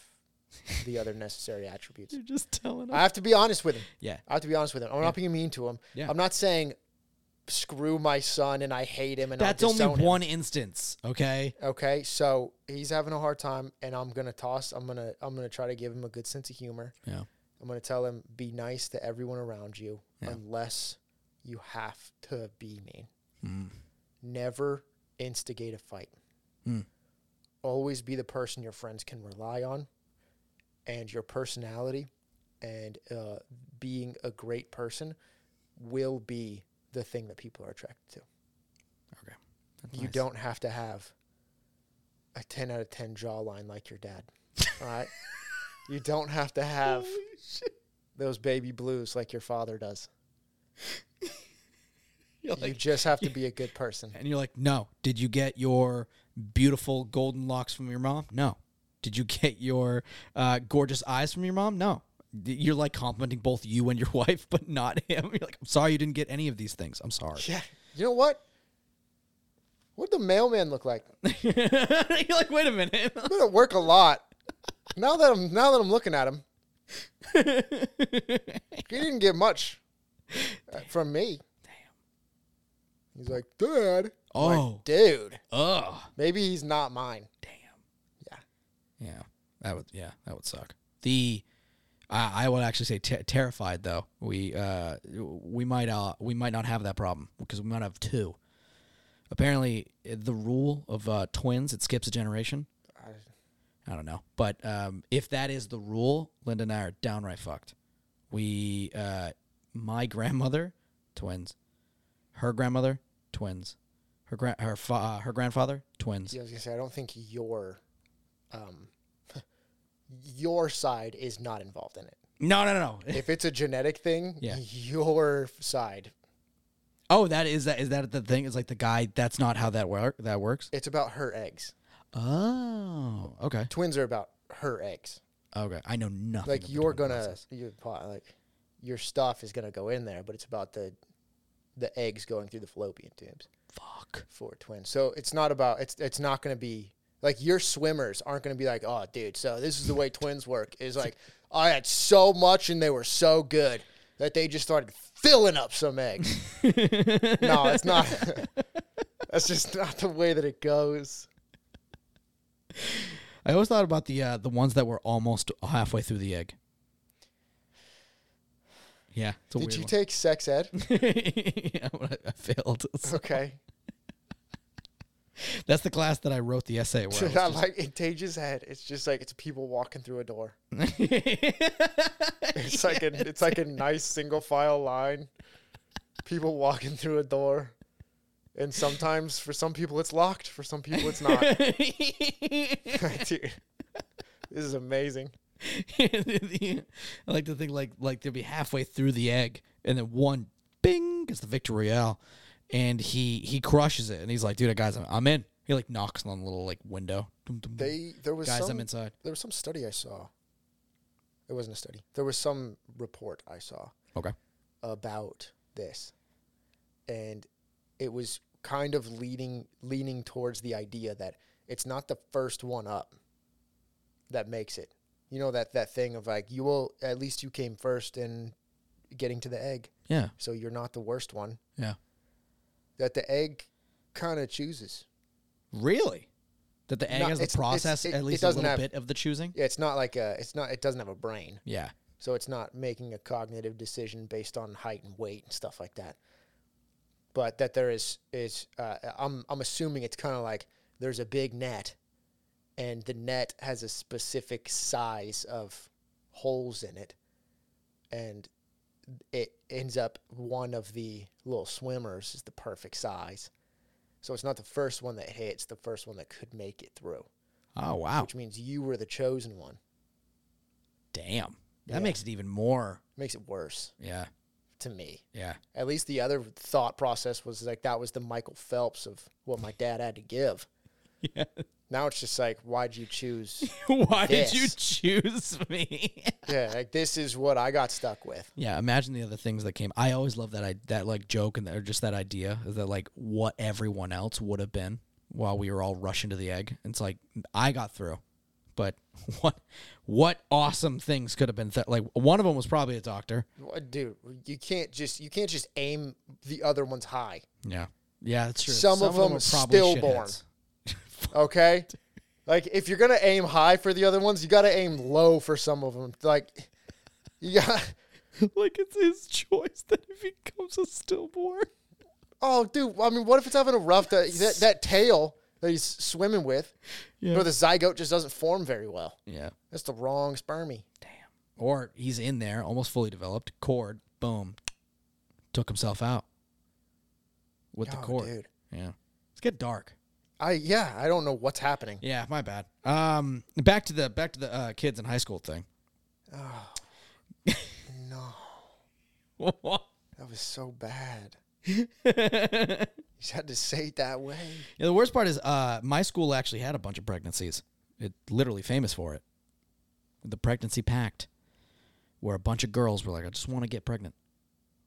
A: (laughs)
B: the other necessary attributes.
A: You're just telling
B: I have to be honest with him.
A: Yeah.
B: I have to be honest with him. I'm not being mean to him.
A: Yeah.
B: I'm not saying screw my son and I hate him and
A: That's
B: I'll
A: only
B: disown him."
A: one instance, okay?
B: Okay, so he's having a hard time, and I'm gonna toss. I'm gonna I'm gonna try to give him a good sense of humor.
A: Yeah.
B: I'm going to tell him be nice to everyone around you unless you have to be mean. Never instigate a fight. Always be the person your friends can rely on and your personality and uh, being a great person will be the thing that people are attracted to.
A: Okay.
B: You don't have to have a 10 out of 10 jawline like your dad.
A: (laughs)
B: All right? You don't have to have those baby blues like your father does.
A: You're
B: you
A: (laughs) like-
B: just have to be a
A: (laughs)
B: good person.
A: and you're like, no. Did you get your beautiful golden locks from your mom? No. Did you get your uh, gorgeous eyes from your mom? No. You're like complimenting both you and your (laughs) wife, but not him. You're like, I'm sorry you didn't get any of these things. I'm sorry.
B: Yeah. You know what? What'd the mailman look like? I'm
A: (laughs) You're like, wait a minute. (laughs)
B: gonna work a lot. Now that I'm now that I'm looking at him, he didn't get much uh, from me. Damn. He's like, Dad. I'm like,
A: Oh.
B: dude.
A: Ugh.
B: Maybe he's not mine.
A: Damn.
B: Yeah.
A: Yeah. That would yeah, that would suck. The I I would actually say ter- terrified though. We uh we might uh we might not have that problem because we might have two. Apparently, uh, the rule of uh, twins it skips a generation.
B: I,
A: I don't know, but um, if that is the rule, Linda and I are downright fucked. We uh, my grandmother twins, her grandmother twins, her gra- her fa- uh, her grandfather twins.
B: yeah, I was gonna say I don't think your um (laughs) your side is not involved in
A: (laughs)
B: it.
A: No, no, no. no.
B: If it's a genetic thing,
A: Yeah.
B: your side.
A: Oh, that is that is that the thing? Is like the guy. That's not how that work that works.
B: It's about her eggs.
A: Oh, okay,
B: Twins are about her eggs.
A: okay. I know nothing.
B: Like
A: of the
B: you're
A: twin
B: gonna
A: process.
B: you like your stuff is gonna go in there, but it's about the the eggs going through the fallopian tubes
A: fuck. (laughs)
B: for twins. So it's not about it's it's not gonna be like your swimmers aren't gonna be like, oh dude, so this is the way twins work. Is like I had so much and they were so good that they just started filling up some eggs.
A: (laughs)
B: no, it's not (laughs) that's just not the way that it goes.
A: I always thought about the uh, the ones that were almost halfway through the egg. Yeah, it's a
B: Did
A: weird
B: you
A: one.
B: take sex ed?
A: (laughs)
B: (laughs)
A: yeah, but I, I failed. (laughs)
B: Okay.
A: That's the class that I wrote the essay where. I was
B: (laughs) Not like in Tage's head. It's just like it's people walking through a door.
A: (laughs)
B: (laughs) It's like a it's like a nice single file line. People walking through a door. And sometimes for some people it's locked, for some people it's not. (laughs)
A: (laughs)
B: Dude, this is amazing.
A: (laughs) I like to think like like they'll be halfway through the egg, and then one bing gets the victor royale, and he he crushes it, and he's like, "Dude, guys, I'm, I'm in." He like knocks on the little like window. Dum, dum, dum.
B: They there was
A: guys,
B: some
A: I'm inside.
B: there was some study I saw. It wasn't a study. There was some report I saw
A: Okay.
B: about this and it was kind of leading leaning towards the idea that it's not the first one up that makes it you know that that thing of like you will at least you came first in getting to the egg
A: Yeah.
B: so you're not the worst one
A: Yeah.
B: that the egg kind of chooses
A: Really? That the egg
B: No,
A: has the
B: it's- it's-
A: process
B: it- it
A: at least a
B: doesn't
A: little
B: have-
A: bit of the choosing.
B: yeah it's not like a it's not it doesn't have a brain
A: Yeah.
B: so it's not making a cognitive decision based on height and weight and stuff like that. But that there is is uh, I'm I'm assuming it's kind of like there's a big net, and the net has a specific size of holes in it, and it ends up one of the little swimmers is the perfect size. So it's not the first one that hits, the first one that could make it through,
A: Oh wow.
B: which means you were the chosen one.
A: Damn. That
B: Yeah.
A: makes it even more.
B: Makes it worse
A: Yeah.
B: to me.
A: Yeah.
B: At least the other thought process was like that was the Michael Phelps of what my dad had to give.
A: Yeah.
B: Now it's just like, why'd you choose?
A: (laughs) Why
B: This.
A: did you choose me? (laughs)
B: yeah, like this is what I got stuck with.
A: yeah. Imagine the other things that came. I always love that I that like joke and that, or just that idea is that like what everyone else would have been while we were all rushing to the egg. It's like I got through, but (laughs) what what awesome things could have been? Th- like one of them was probably a doctor.
B: What- Dude, you can't just you can't just aim the other ones high.
A: Yeah. Yeah, that's true.
B: Some of them
A: were
B: stillborn.
A: shitheads. (laughs)
B: Okay? like if you're gonna aim high for the other ones, you gotta aim low for some of them. Like you got (laughs)
A: like it's his choice that if he becomes a stillborn.
B: oh dude, I mean what if it's having a
A: (laughs)
B: rough day? that that tail that he's swimming with
A: Yeah.
B: where the zygote just doesn't form very well.
A: Yeah.
B: That's the wrong spermie.
A: Damn. Or he's in there, almost fully developed, cord, boom. Took himself out. With the
B: Oh,
A: cord.
B: dude.
A: Yeah. Let's get dark.
B: I yeah, I don't know what's happening.
A: Yeah, my bad. Um back to the back to the uh, kids in high school thing. (laughs)
B: No, that was so bad.
A: yeah,
B: You just had to say it that way.
A: the worst part is uh my school actually had a bunch of pregnancies. It literally famous for it. The pregnancy pact, where a bunch of girls were like, "I just want to get pregnant,"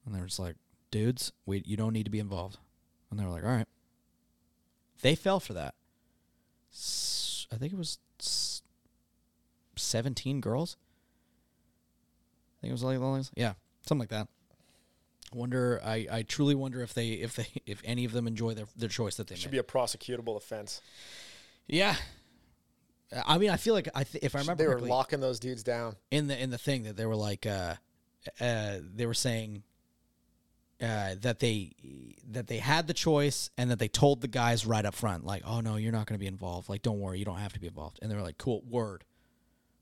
A: and they were just like, "Dudes, we you don't need to be involved," and they were like, "All right." They fell for that. S- I think it was s- seventeen girls. I think it was like yeah, something like that. Wonder, I, I truly wonder if they if they if any of them enjoy their their choice that they
C: Should
A: made.
C: be a prosecutable offense.
A: yeah, I mean, I feel like I th- if I remember
B: they were
A: correctly,
B: locking those dudes down.
A: in the in the thing that they were like uh uh they were saying uh that they that they had the choice and that they told the guys right up front like oh no you're not going to be involved like don't worry you don't have to be involved and they were like cool word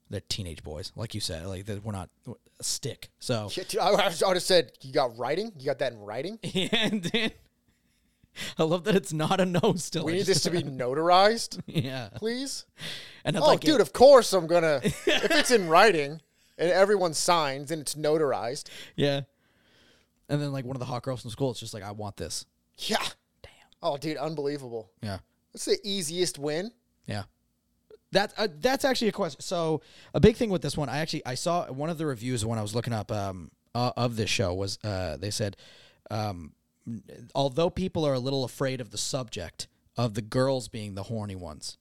A: they're teenage boys like you said like that we're not a stick so (laughs)
B: Yeah, dude, I would have said, you got writing? You got that in writing?
A: and then I love that it's not a no still
B: We
A: I
B: need
A: just- (laughs)
B: this to be notarized,
A: yeah
B: please?
A: and I'd
B: Oh,
A: like it-
B: dude, of course I'm
A: (laughs)
B: going to. If it's in writing and everyone signs and it's notarized,
A: yeah and then like one of the hot girls from school it's just like I want this
B: yeah. Damn. Oh, dude, unbelievable.
A: yeah
B: That's the easiest win.
A: Yeah. That, uh, that's actually a question. So a big thing with this one, I actually I saw one of the reviews when I was looking up um, uh, of this show was uh, they said, um, although people are a little afraid of the subject of the girls being the horny ones,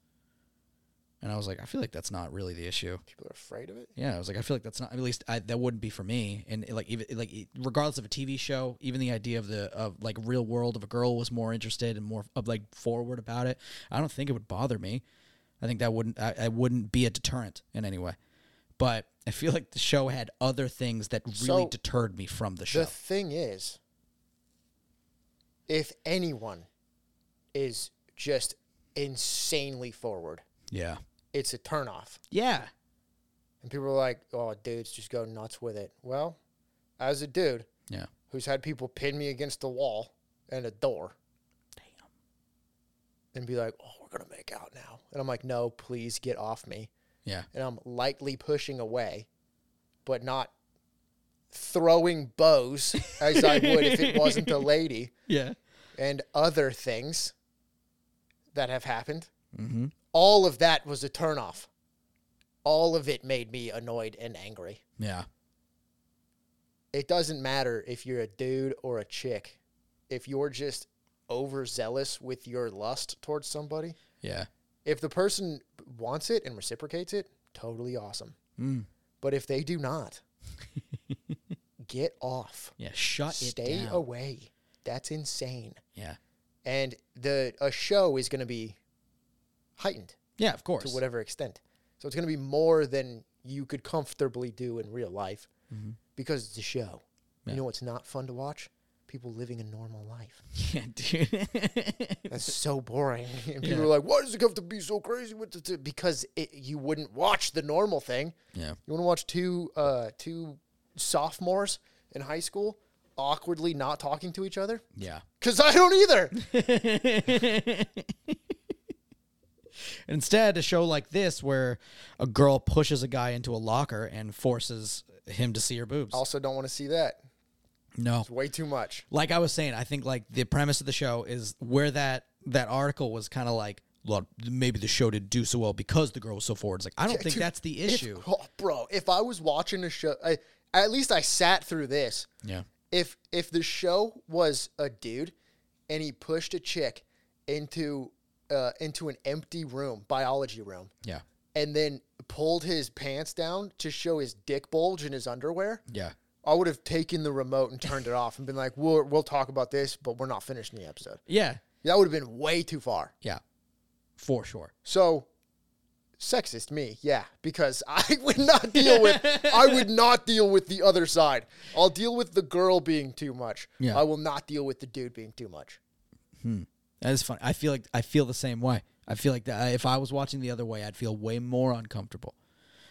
A: and I was like, I feel like that's not really the issue.
B: People are afraid of it.
A: Yeah, I was like, I feel like that's not at least I, that wouldn't be for me. And it, like even like it- regardless of a TV show, even the idea of the of like real world of a girl was more interested and more of like forward about it. I don't think it would bother me. I think that wouldn't I, I wouldn't be a deterrent in any way. But I feel like the show had other things that really
B: So,
A: deterred me from the show.
B: The thing is, if anyone is just insanely forward,
A: yeah,
B: it's a turnoff.
A: yeah,
B: And people are like, oh, dudes, just go nuts with it. Well, as a dude
A: yeah.
B: who's had people pin me against a wall and a door
A: Damn.
B: and be like, oh, we're going to make out now. And I'm like, no, please get off me.
A: Yeah,
B: And I'm lightly pushing away, but not throwing bows as I would if it wasn't
A: (laughs)
B: a lady
A: yeah.
B: and other things that have happened.
A: Mm-hmm.
B: All of that was a turnoff. All of it made me annoyed and angry.
A: Yeah,
B: it doesn't matter if you're a dude or a chick. If you're just overzealous with your lust towards somebody,
A: yeah.
B: if the person wants it and reciprocates it, totally awesome.
A: Mm.
B: But if they do
A: (laughs)
B: not, get off.
A: Yeah. Shut it
B: Stay
A: down.
B: away. That's insane.
A: Yeah.
B: And the a show is going to be heightened
A: Yeah. Of course.
B: to whatever extent. So it's going to be more than you could comfortably do in real life
A: Mm-hmm.
B: because it's a show. You know what's not fun to watch? People living a normal life.
A: (laughs) Yeah, dude. (laughs)
B: That's so boring. (laughs) And people
A: Yeah.
B: are like, why does it have to be so crazy with the t-" Because it, you wouldn't watch the normal thing.
A: yeah.
B: You want to watch two, uh, two sophomores in high school awkwardly not talking to each other?
A: Yeah.
B: Because I don't either. (laughs)
A: (laughs) Instead, a show like this where a girl pushes a guy into a locker and forces him to see her boobs.
B: also, don't want to see that.
A: no.
B: It's way too much.
A: Like I was saying, I think like the premise of the show is where that that article was kind of like, well, maybe the show didn't do so well because the girl was so forward. It's like I don't think
B: dude,
A: that's the
B: If-
A: issue.
B: oh, bro, if I was watching a show, I, at least I sat through this.
A: Yeah.
B: if if the show was a dude and he pushed a chick into uh, into an empty room, biology room,
A: Yeah.
B: and then pulled his pants down to show his dick bulge in his underwear,
A: Yeah.
B: I would have taken the remote and turned it off and been like, "We'll we'll talk about this, but we're not finishing the episode."
A: Yeah.
B: That would have been way too far.
A: Yeah. For sure.
B: So sexist me, yeah, because (laughs) I would not deal with I
A: (laughs)
B: would not deal with the other side. I'll deal with the girl being too much.
A: Yeah.
B: I will not deal with the dude being too much.
A: That is funny. I feel like I feel the same way. I feel like that if I was watching the other way, I'd feel way more uncomfortable.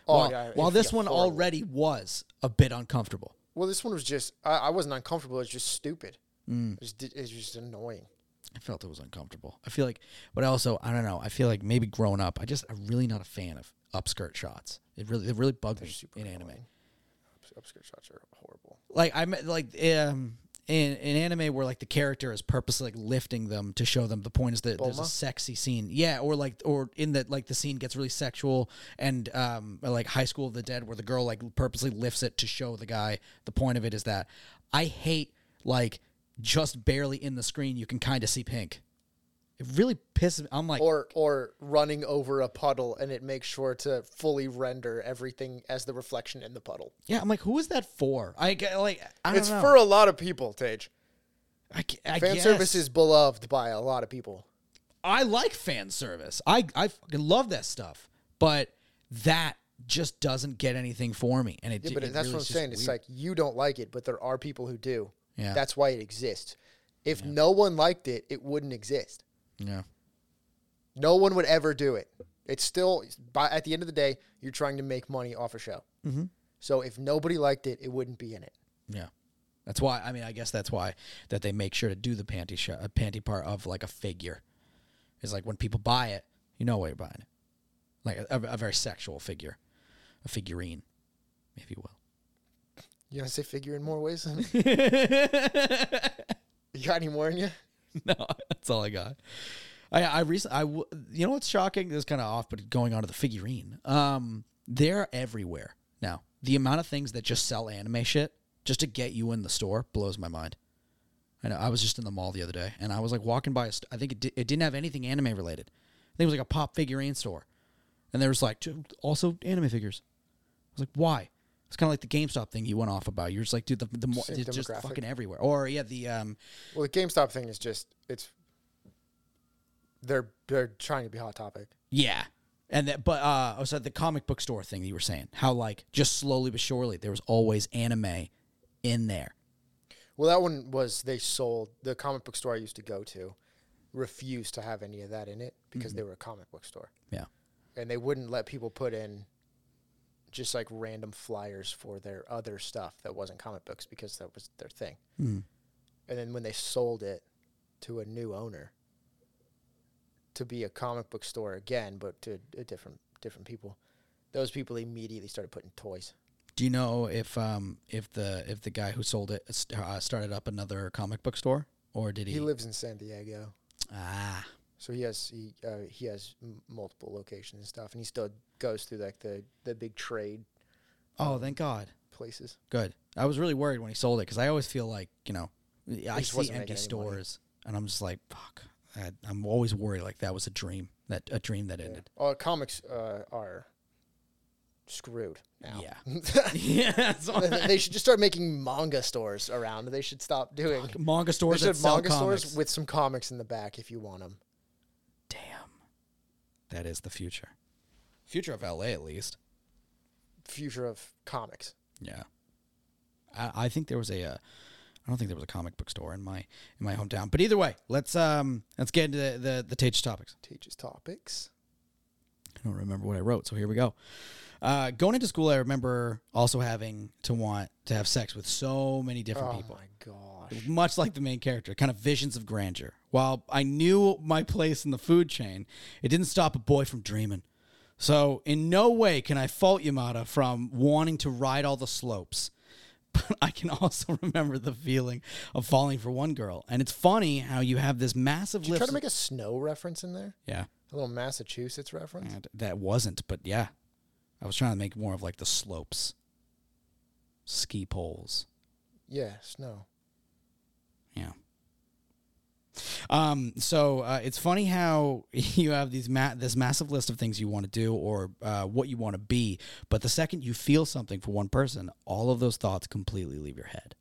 B: Oh,
A: while,
B: yeah,
A: while
B: it'd
A: this
B: be
A: one
B: horrible.
A: already was a bit uncomfortable.
B: Well, this one was just I, I wasn't uncomfortable, it was just stupid.
A: Mm.
B: It, was, di- it was just annoying.
A: I felt it was uncomfortable. I feel like, but also I don't know. I feel like maybe growing up, I just I'm really not a fan of upskirt shots. It really it really bugged me in anime.
B: Obscure shots are horrible.
A: Like I'm like um in, in anime where like the character is purposely like lifting them to show them the point is that there's a
B: Bulma?
A: sexy scene yeah or like or in that like the scene gets really sexual and um like high school of the dead where the girl like purposely lifts it to show the guy the point of it is that i hate like just barely in the screen you can kind of see pink it really pisses me i'm like
B: Or or running over a puddle and it makes sure to fully render everything as the reflection in the puddle.
A: yeah i'm like who is that for i get like i don't
B: It's
A: know
B: for a lot of people, Tage.
A: I, g- I
B: Fan
A: guess.
B: service is beloved by a lot of people.
A: I like fan service. I I fucking love that stuff. But that just doesn't get anything for me. And it
B: Yeah, but
A: it
B: that's
A: really
B: what I'm
A: is just
B: saying. It's
A: weird.
B: like you don't like it, but there are people who do.
A: Yeah.
B: That's why it exists. If no one liked it, it wouldn't exist.
A: yeah.
B: No one would ever do it. It's still by at the end of the day, you're trying to make money off a show. Mm-hmm. So if nobody liked it, it wouldn't be in it.
A: Yeah. That's why I mean I guess that's why that they make sure to do the panty show, a panty part of like a figure. It's like when people buy it, you know why you're buying it. Like a, a very sexual figure, a figurine, if you will.
B: You want to say figure in more ways?
A: (laughs)
B: than- you got any more in you?
A: (laughs) no, that's all I got. I I recently I w- you know what's shocking? This is kind of off, but going on to the figurine. Um, they're everywhere now. The amount of things that just sell anime shit just to get you in the store blows my mind. I know. I was just in the mall the other day, and I was like walking by. A st- I think it, di- it didn't have anything anime related. I think it was like a pop figurine store, and there was like two, also anime figures. I was like, why? It's kind of like the GameStop thing you went off about. You're just like, dude, the the more
B: Same
A: it's just
B: demographic.
A: fucking everywhere. Or yeah, the um,
B: Well, the GameStop thing is just it's they're they're trying to be hot topic.
A: Yeah. And that, but uh, I was at the comic book store thing that you were saying. How like just slowly but surely there was always anime in there.
B: Well, that one was they sold the comic book store I used to go to refused to have any of that in it because they were a comic book store
A: Yeah.
B: and they wouldn't let people put in just like random flyers for their other stuff that wasn't comic books because that was their thing. And then when they sold it to a new owner to be a comic book store again, but to a different different people, those people immediately started putting toys.
A: Do you know if um if the if the guy who sold it st- uh, started up another comic book store or did he?
B: He lives in San Diego.
A: ah,
B: So he has he uh, he has m- multiple locations and stuff, and he still goes through like the the big trade
A: oh, thank God.
B: places.
A: Good. I was really worried when he sold it because I always feel like you know I
B: just
A: see
B: wasn't
A: empty
B: making any money.
A: stores and I'm just like fuck. I, I'm always worried like that was a dream that a dream that ended. (laughs)
B: Oh, comics uh, are screwed now.
A: Yeah. Yeah. that's all
B: (laughs) They- they should just start making manga stores around. They should stop doing.
A: manga
B: They
A: stores
B: should
A: that
B: have
A: sell
B: manga
A: comics.
B: stores with some comics in the back if you want them.
A: Damn. That is the future. Future of LA, at least.
B: Future of comics.
A: Yeah. I, I think there was a. Uh, I don't think there was a comic book store in my in my hometown. But either way, let's um let's get into the the, the Tage topics.
B: Teaches topics.
A: I don't remember what I wrote, so here we go. Uh, going into school, I remember also having to want to have sex with so many different
B: Oh
A: people.
B: my gosh.
A: much like the main character, kind of visions of grandeur. While I knew my place in the food chain, it didn't stop a boy from dreaming. So, in no way can I fault Yamada from wanting to ride all the slopes. (laughs) But I can also (laughs) remember the feeling of falling for one girl. And it's funny how you have this massive
B: Try
A: lift.
B: to make a snow reference in there.
A: yeah.
B: A little Massachusetts reference.
A: And that wasn't, but yeah. I was trying to make more of like the slopes, ski poles.
B: Yeah, snow.
A: Yeah. Um, so uh, it's funny how (laughs) you have these ma- this massive list of things you want to do or uh, what you want to be, but the second you feel something for one person, all of those thoughts completely leave your head.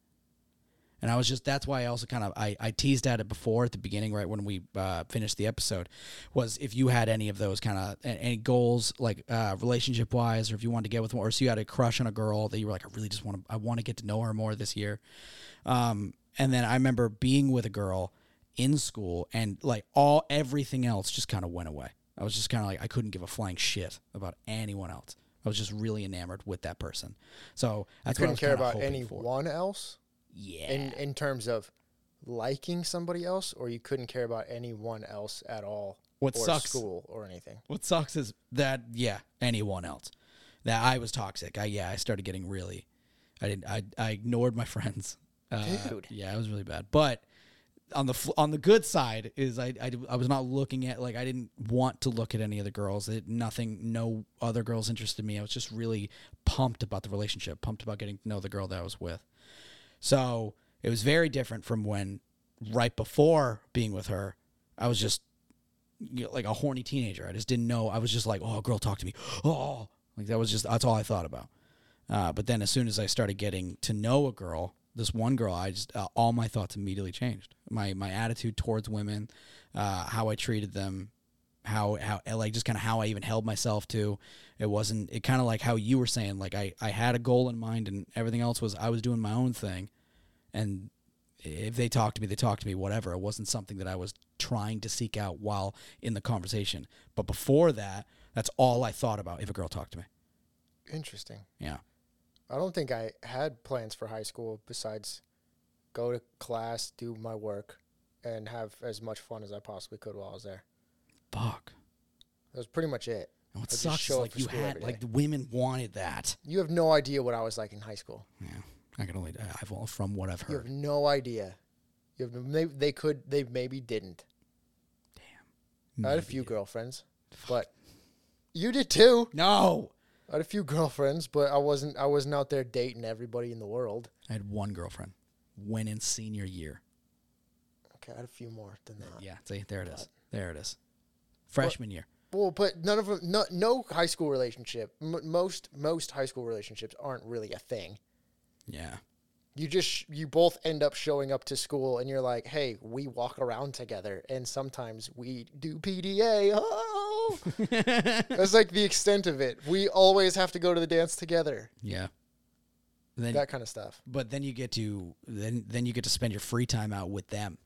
A: And I was just that's why I also kind of I, I teased at it before at the beginning, right when we uh, finished the episode, was if you had any of those kind of a- any goals like uh, relationship wise, or if you wanted to get with more, or so you had a crush on a girl that you were like, I really just want to I want to get to know her more this year. Um, and then I remember being with a girl in school and like all everything else just kind of went away. I was just kind of like I couldn't give a flying shit about anyone else. I was just really enamored with that person. So that's what I
B: Couldn't
A: was
B: care
A: kinda
B: about
A: hoping for.
B: anyone else.
A: Yeah.
B: in in terms of liking somebody else or you couldn't care about anyone else at all
A: What
B: or
A: sucks-
B: school or anything
A: what sucks is that yeah anyone else that i was toxic i yeah i started getting really i didn't i, I ignored my (laughs) friends Uh,
B: Dude.
A: Yeah, it was really bad. But on the fl- on the good side is I, I I was not looking at like I didn't want to look at any of the girls. It, nothing, no other girls interested me. I was just really pumped about the relationship, pumped about getting to know the girl that I was with. So it was very different from when right before being with her, I was just you know, like a horny teenager. I just didn't know. I was just like, oh, girl, talk to me. (gasps) Oh, like that was just that's all I thought about. Uh, but then as soon as I started getting to know a girl, this one girl, I just uh, all my thoughts immediately changed. My my attitude towards women, uh, how I treated them, how how like just kind of how I even held myself to. It wasn't it kind of like how you were saying like I I had a goal in mind and everything else was I was doing my own thing, and if they talked to me, they talked to me, whatever. It wasn't something that I was trying to seek out while in the conversation. But before that, that's all I thought about if a girl talked to me.
B: Interesting.
A: Yeah.
B: I don't think I had plans for high school besides go to class, do my work, and have as much fun as I possibly could while I was there.
A: Fuck.
B: That was pretty much it.
A: And what
B: I just
A: sucks is
B: show up
A: like
B: for
A: you
B: school
A: had
B: every
A: like
B: day.
A: the women wanted that.
B: You have no idea what I was like in high school.
A: Yeah. I can only I've all from what I've
B: You have
A: heard.
B: no idea. You have they, they could they maybe didn't. I had a
A: Maybe
B: few
A: it-
B: girlfriends, but you did too.
A: No.
B: I had a few girlfriends, but I wasn't I wasn't out there dating everybody in the world.
A: I had one girlfriend. When in senior year.
B: Okay, I had a few more than that.
A: Yeah. See, there it is. There it is. Freshman year.
B: Well, but none of 'em- no, no high school relationship. M- most most high school relationships aren't really a thing. (laughs)
A: Yeah.
B: You just you both end up showing up to school and you're like, "Hey, we walk around together and sometimes we do PDA."
A: (laughs)
B: Oh. That's like the extent of it. We always have to go to the dance together.
A: Yeah. And then
B: That kind of stuff.
A: but then you get to then then you get to spend your free time out with
B: (laughs)
A: them.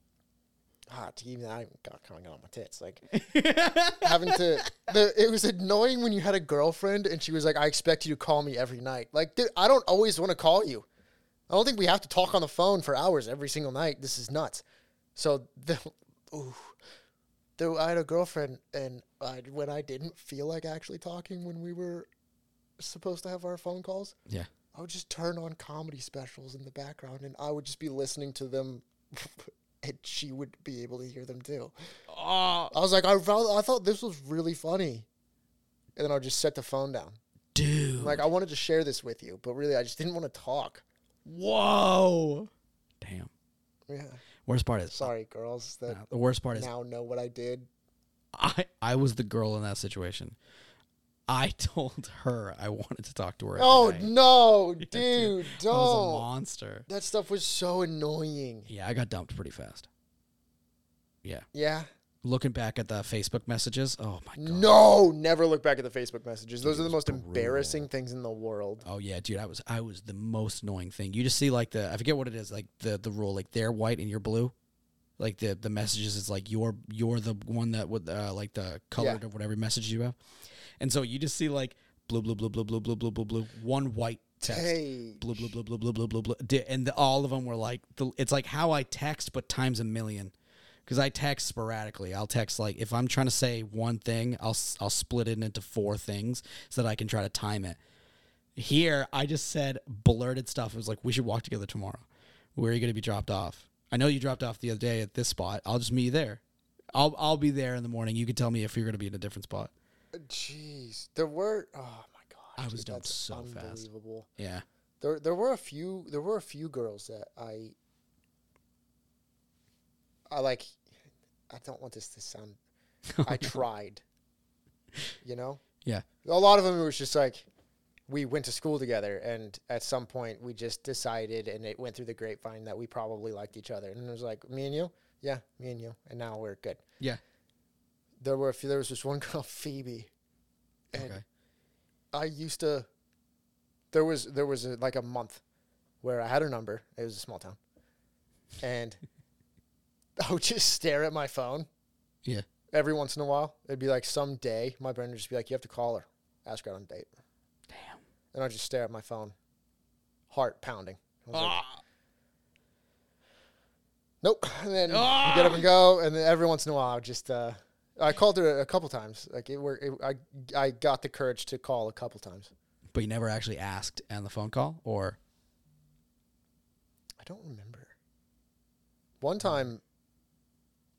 B: Ah, to even I got kind of on my tits. Like having to, the, it was annoying when you had a girlfriend and she was like, "I expect you to call me every night." Like, dude, I don't always want to call you. I don't think we have to talk on the phone for hours every single night. This is nuts. So, the, ooh, though I had a girlfriend, and I, when I didn't feel like actually talking when we were supposed to have our phone calls,
A: Yeah.
B: I would just turn on comedy specials in the background and I would just be listening to them (laughs) and she would be able to hear them too.
A: Oh,
B: I was like, I, found, I thought this was really funny. And then I would just set the phone down.
A: dude.
B: Like, I wanted to share this with you, but really, I just didn't want to talk.
A: Whoa. Damn.
B: Yeah.
A: Worst part is
B: Sorry, girls that
A: the worst part is
B: now know what I did.
A: I I was the girl in that situation. I (laughs) told her I wanted to talk to her. every
B: Oh,
A: night.
B: no,
A: dude.
B: dude,
A: I was a
B: don't.
A: monster.
B: That stuff was so annoying.
A: Yeah, I got dumped pretty fast. Yeah,
B: Yeah.
A: looking back at the Facebook messages, oh my god.
B: No, never look back at the Facebook messages. Those
A: Dude,
B: are
A: it
B: the
A: was
B: most embarrassing things in the world.
A: Oh yeah, dude, I was I was the most annoying thing. You just see like the I forget what it is, like the the rule, like they're white and you're blue. Like the the messages is like you're you're the one that would uh, like the colored of whatever message you have, and so you just see like blue blue blue blue blue blue blue blue blue one white text.
B: Hey,
A: blue blue blue blue blue blue blue blue Di- and the, all of them were like the, it's like how i text but times a million because i text sporadically i'll text like if i'm trying to say one thing i'll s- i'll split it into four things so that i can try to time it here i just said blurted stuff it was like we should walk together tomorrow where are you going to be dropped off i know you dropped off the other day at this spot i'll just meet you there i'll i'll be there in the morning you can tell me if you're going to be in a different spot
B: jeez, there were. Oh my
A: I
B: gosh,
A: was
B: dude,
A: dumped
B: that's
A: so fast.
B: unbelievable.
A: yeah
B: There, there were a few. There were a few girls that I, I like. I don't want this to sound. I tried. You know,
A: yeah
B: a lot of them it was just like, we went to school together, and at some point we just decided, and it went through the grapevine that we probably liked each other, and it was like me and you, yeah, me and you, and now we're good.
A: yeah
B: There were a few. There was this one (laughs) girl, Phoebe. And
A: okay
B: I used to. There was there was a, like a month where I had her number. It was a small town, and (laughs) I would just stare at my phone
A: yeah
B: every once in a while. It'd be like some day my friend would just be like, "You have to call her, ask her out on a date,"
A: damn
B: and I'd just stare at my phone, heart pounding. I was like,
A: Ah.
B: Nope. And then I get up and go, and then every once in a while, I would just uh, I called her a couple times. Like it, were, it, I I got the courage to call a couple times.
A: But you never actually asked on the phone call, or
B: I don't remember. One time,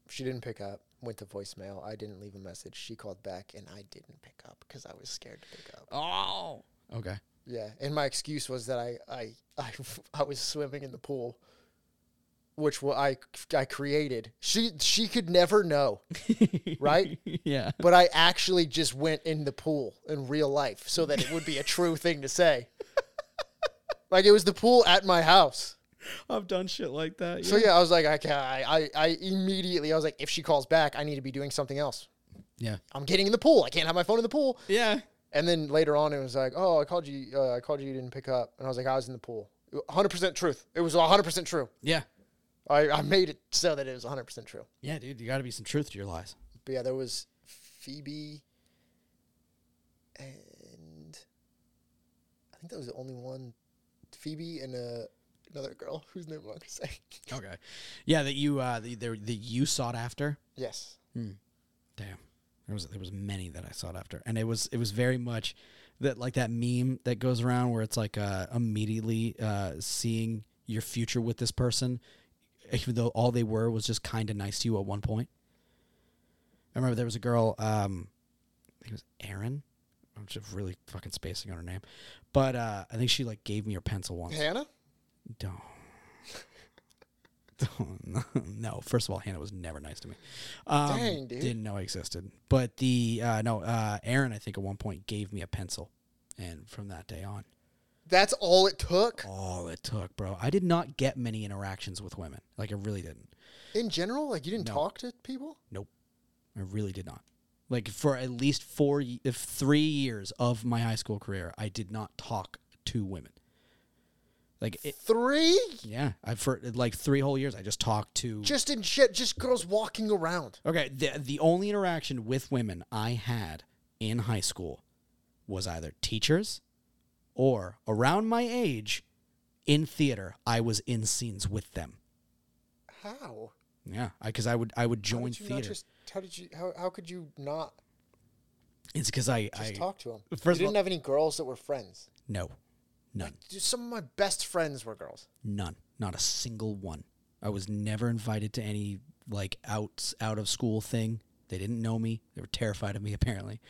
B: she didn't pick up. Went to voicemail. I didn't leave a message. She called back, and I didn't pick up because I was scared to pick up.
A: Oh. (laughs) Okay.
B: Yeah, and my excuse was that I I I, (laughs) I was swimming in the pool, which wa- I I created. She she could never know, right?
A: yeah.
B: But I actually just went in the pool in real life so that it would be a true thing to say. like it was the pool at my house.
A: I've done shit like that.
B: So yeah, I was like, I can I, I I immediately I was like, if she calls back, I need to be doing something else.
A: Yeah.
B: I'm getting in the pool. I can't have my phone in the pool.
A: Yeah.
B: And then later on, it was like, "Oh, I called you. Uh, I called you. You didn't pick up." And I was like, "I was in the pool." 100% truth. It was 100% true.
A: Yeah.
B: I, I made it so that it was 100% true.
A: Yeah, dude, you got to be some truth to your lies.
B: But yeah, there was Phoebe, and I think that was the only one. Phoebe and uh, another girl (laughs) whose name I'm not gonna say.
A: Okay. Yeah, that you uh the, the, the you sought after.
B: yes.
A: Damn. There was there was many that I sought after. And it was it was very much that like that meme that goes around where it's like uh immediately uh seeing your future with this person even though all they were was just kind of nice to you at one point. I remember there was a girl um I think it was Erin. I'm just really fucking spacing on her name. But uh I think she like gave me her pencil once.
B: Hannah.
A: (laughs) Don't. Don't. (laughs) no. First of all, Hannah was never nice to me. Um,
B: Dang, dude.
A: Didn't know I existed. But the uh, no, uh, Aaron, I think at one point gave me a pencil, and from that day on,
B: That's all it took.
A: all it took, bro. I did not get many interactions with women. Like I really didn't.
B: In general, like you didn't
A: No.
B: talk to people.
A: Nope. I really did not. Like for at least four, y- if three years of my high school career, I did not talk to women. Like it,
B: Three.
A: yeah, I for like three whole years, I just talked to
B: Just in shit. Just girls walking around.
A: Okay, the the only interaction with women I had in high school was either teachers or around my age in theater. I was in scenes with them.
B: How?
A: Yeah, because I, would I would
B: How
A: join
B: did you not
A: theater.
B: just- how did you? How, how could you not
A: it's because I, I
B: just talk to him?
A: first
B: you
A: of
B: didn't
A: all-
B: have any girls that were friends.
A: no, none,
B: Dude, Some of my best friends were girls.
A: none, not a single one. I was never invited to any like out out of school thing. They didn't know me. They were terrified of me (laughs) apparently,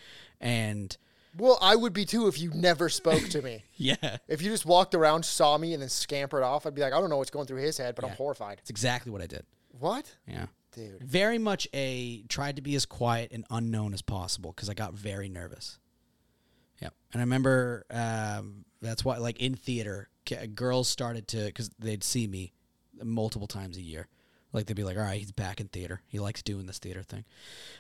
A: and
B: Well, I would be too if you never spoke to (laughs) me.
A: yeah,
B: If you just walked around, saw me, and then scampered off, I'd be like, I don't know what's going through his head, but I'm horrified.
A: it's exactly what I did.
B: What?
A: Yeah.
B: Dude.
A: Very much a tried to be as quiet and unknown as possible because I got very nervous. Yeah. And I remember um, that's why, like in theater, ca- girls started to, because they'd see me multiple times a year. Like they'd be like, all right, he's back in theater. He likes doing this theater thing.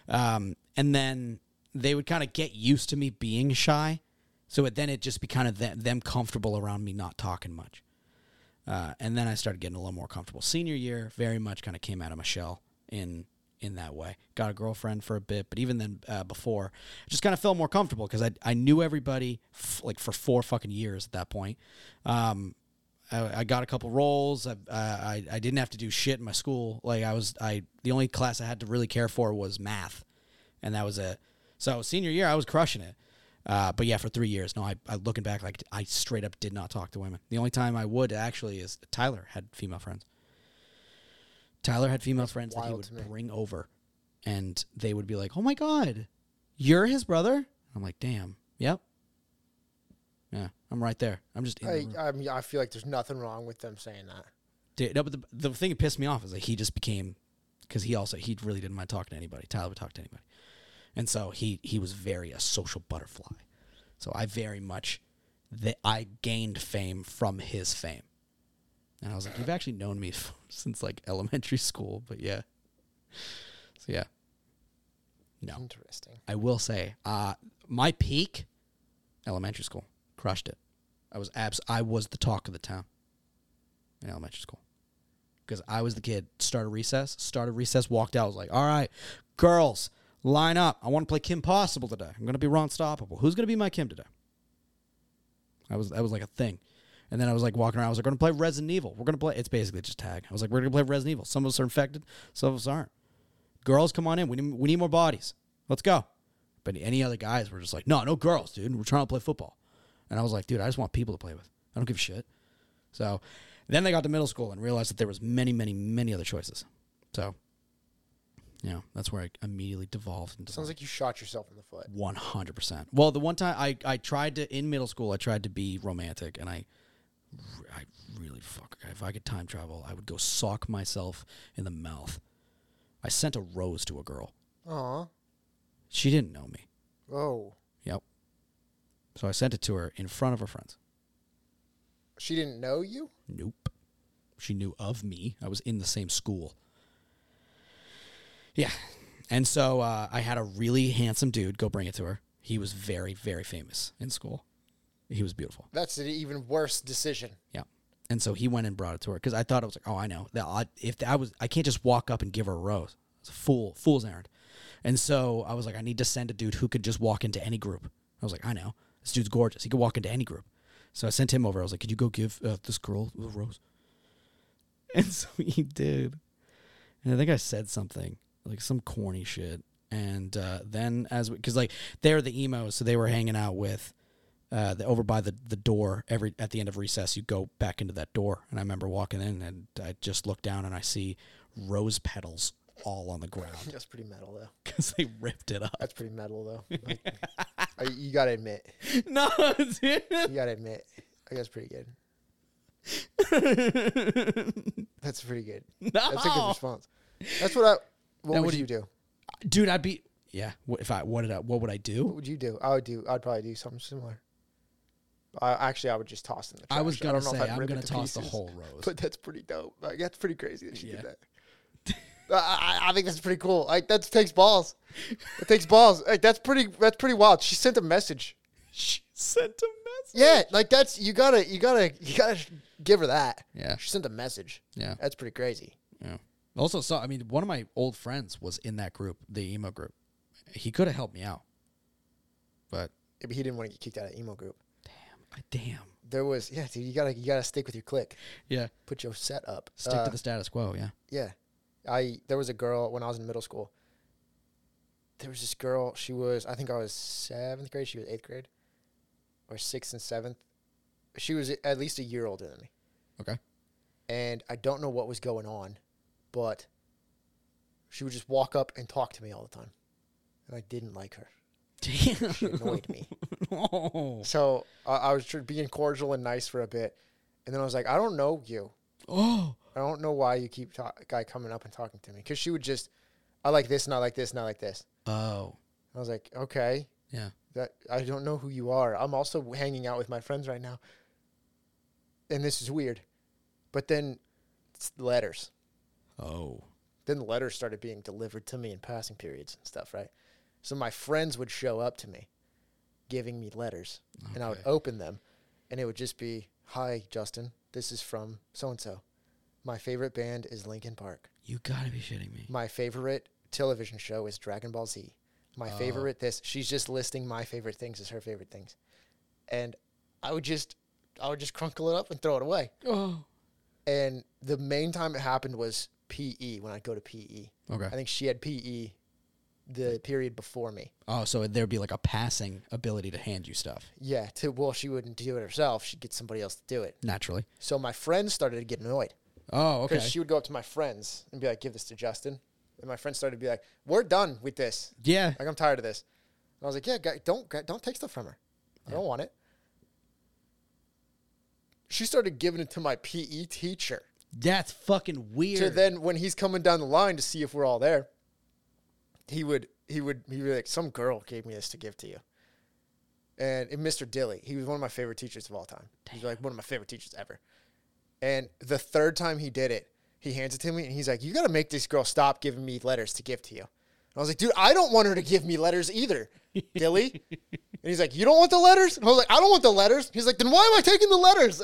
A: Um, and then they would kind of get used to me being shy. So it, then it just be kind of th- them comfortable around me not talking much. Uh, and then I started getting a little more comfortable. Senior year, very much kind of came out of my shell in in that way. Got a girlfriend for a bit, but even then, uh, before, just kind of felt more comfortable because I I knew everybody f- like for four fucking years at that point. Um, I, I got a couple roles. I, I I- I didn't have to do shit in my school. Like I was I the only class I had to really care for was math, and that was it. So senior year, I was crushing it. Uh, but yeah, for three years, no, I, I looking back, like I straight up did not talk to women. The only time I would actually is Tyler had female friends. Tyler had female friends that he
B: wild
A: would
B: to me.
A: bring over, and they would be like, "Oh my god, you're his brother." I'm like, "Damn, yep, yeah, I'm right there. I'm just in the
B: I,
A: room."
B: I, mean, I feel like there's nothing wrong with them saying that.
A: Dude, no, but the, the thing that pissed me off is like he just became because he also he really didn't mind talking to anybody. Tyler would talk to anybody, and so he he was very a social butterfly. So I very much that I gained fame from his fame, and I was like, you've actually known me (laughs) since like elementary school, but yeah, so yeah. No,
B: Interesting.
A: I will say, uh, my peak, elementary school, crushed it. I was abs. I was the talk of the town in elementary school because I was the kid. Started recess, started recess, walked out. I was like, all right, girls, line up. I want to play Kim Possible today. I'm gonna be Ron Stoppable. Who's gonna be my Kim today? I was that was like a thing. And then I was like walking around. I was like, "We're gonna play Resident Evil. We're gonna play." It's basically just tag. I was like, "We're gonna play Resident Evil. Some of us are infected. Some of us aren't. Girls, come on in. We need we need more bodies. Let's go." But any other guys were just like, "No, no girls, dude. We're trying to play football." And I was like, "Dude, I just want people to play with. I don't give a shit." So Then they got to middle school and realized that there was many, many, many other choices. So, you know, that's where I immediately devolved into
B: Sounds like you shot yourself in the foot.
A: one hundred percent. Well, the one time I, I tried to in middle school, I tried to be romantic, and I, I really fuck. If I could time travel, I would go sock myself in the mouth. I sent a rose to a girl.
B: Aw.
A: She didn't know me.
B: Oh.
A: Yep. So I sent it to her in front of her friends.
B: She didn't know you?
A: Nope. She knew of me. I was in the same school. Yeah. And so uh, I had a really handsome dude go bring it to her. He was very, very famous in school. He was beautiful.
B: That's an even worse decision. (laughs)
A: Yeah. And so he went and brought it to her because I thought it was like, oh, I know. That I, if I was, I can't just walk up and give her a rose. It's a fool, fool's errand. And so I was like, I need to send a dude who could just walk into any group. I was like, I know. This dude's gorgeous. He could walk into any group. So I sent him over. I was like, could you go give uh, this girl a rose? (laughs) And so he did. And I think I said something like some corny shit. And uh, then as because like they're the emos, so they were hanging out with uh, the, over by the, the door every at the end of recess. You go back into that door, and I remember walking in, and I just look down and I see rose petals all on the ground
B: That's pretty metal, though.
A: (laughs) because they ripped it
B: (laughs)
A: up.
B: That's pretty metal, though. Like, I, you gotta admit.
A: No, dude.
B: You gotta admit. I guess pretty good. That's pretty good. That's a
A: (laughs)
B: good
A: No.
B: response. That's what I. What
A: Now,
B: would
A: what do
B: you do?
A: dude, I'd be yeah. wh- If I what did I what would I
B: What
A: do?
B: would you do? I would do. I'd probably do something similar. I actually I would just toss it in the trash.
A: I was
B: don't
A: gonna
B: know if
A: say
B: I'd
A: I'm
B: rip it
A: gonna
B: to
A: toss the
B: pieces,
A: whole rose.
B: (laughs) But that's pretty dope. Like that's pretty crazy that she did
A: Yeah.
B: that. (laughs) I, I- I think that's pretty cool. Like that takes balls. It takes balls. Like that's pretty. That's pretty wild. She sent a message.
A: she sent a message.
B: Yeah, like that's you gotta you gotta you gotta sh- give her that.
A: Yeah.
B: she sent a message.
A: Yeah.
B: that's pretty crazy.
A: Yeah. Also, so I mean, one of my old friends was in that group, the emo group. He could have helped me out, but
B: Yeah, but he didn't want to get kicked out of emo group.
A: I- damn.
B: There was yeah, dude. You gotta you gotta stick with your click.
A: Yeah.
B: Put your set up.
A: Stick
B: Uh,
A: to the status quo. Yeah.
B: Yeah. I there was a girl when I was in middle school. There was this girl, she was I think I was seventh grade, she was eighth grade. Or sixth and seventh. She was at least a year older than me.
A: Okay.
B: And I don't know what was going on, but she would just walk up and talk to me all the time. And I didn't like her.
A: Damn. (laughs)
B: (laughs) She annoyed me.
A: oh.
B: So I, I was tr- being cordial and nice for a bit. And then I was like, I don't know you.
A: Oh.
B: I don't know why you keep ta- guy coming up and talking to me because she would just, I like this, not like this, not like this.
A: Oh.
B: I was like, okay,
A: Yeah.
B: that I don't know who you are. I'm also hanging out with my friends right now, and this is weird. But then it's letters,
A: Oh.
B: then the letters started being delivered to me in passing periods and stuff, right? So my friends would show up to me, giving me letters, and I would open them, and it would just be, "Hi, Justin, this is from so and so. My favorite band is Linkin Park."
A: You gotta be shitting me.
B: My favorite television show is Dragon Ball Z. My favorite this. She's just listing my favorite things as her favorite things. And I would just I would just crunkle it up and throw it away.
A: Oh.
B: And the main time it happened was PE when I'd go to PE.
A: Okay.
B: I think she had PE the period before me.
A: Oh, so there'd be like a passing ability to hand you stuff
B: Yeah, to well she wouldn't do it herself, she'd get somebody else to do it.
A: naturally.
B: So my friends started to get annoyed.
A: Oh, okay.
B: Because she would go up to my friends and be like, give this to Justin. And my friends started to be like, We're done with this.
A: yeah.
B: Like I'm tired of this. And I was like, yeah, guy, don't guy, don't take stuff from her. I don't want it. She started giving it to my PE teacher.
A: That's fucking weird.
B: So then when he's coming down the line to see if we're all there, he would he would he would be like, some girl gave me this to give to you. And, and Mr. Dilly, he was one of my favorite teachers of all time. He's like one of my favorite teachers ever. And the third time he did it, he hands it to me and he's like, You gotta make this girl stop giving me letters to give to you. And I was like, dude, I don't want her to give me letters either, Dilly. and he's like, You don't want the letters? And I was like, I don't want the letters. He's like, then why am I taking the letters?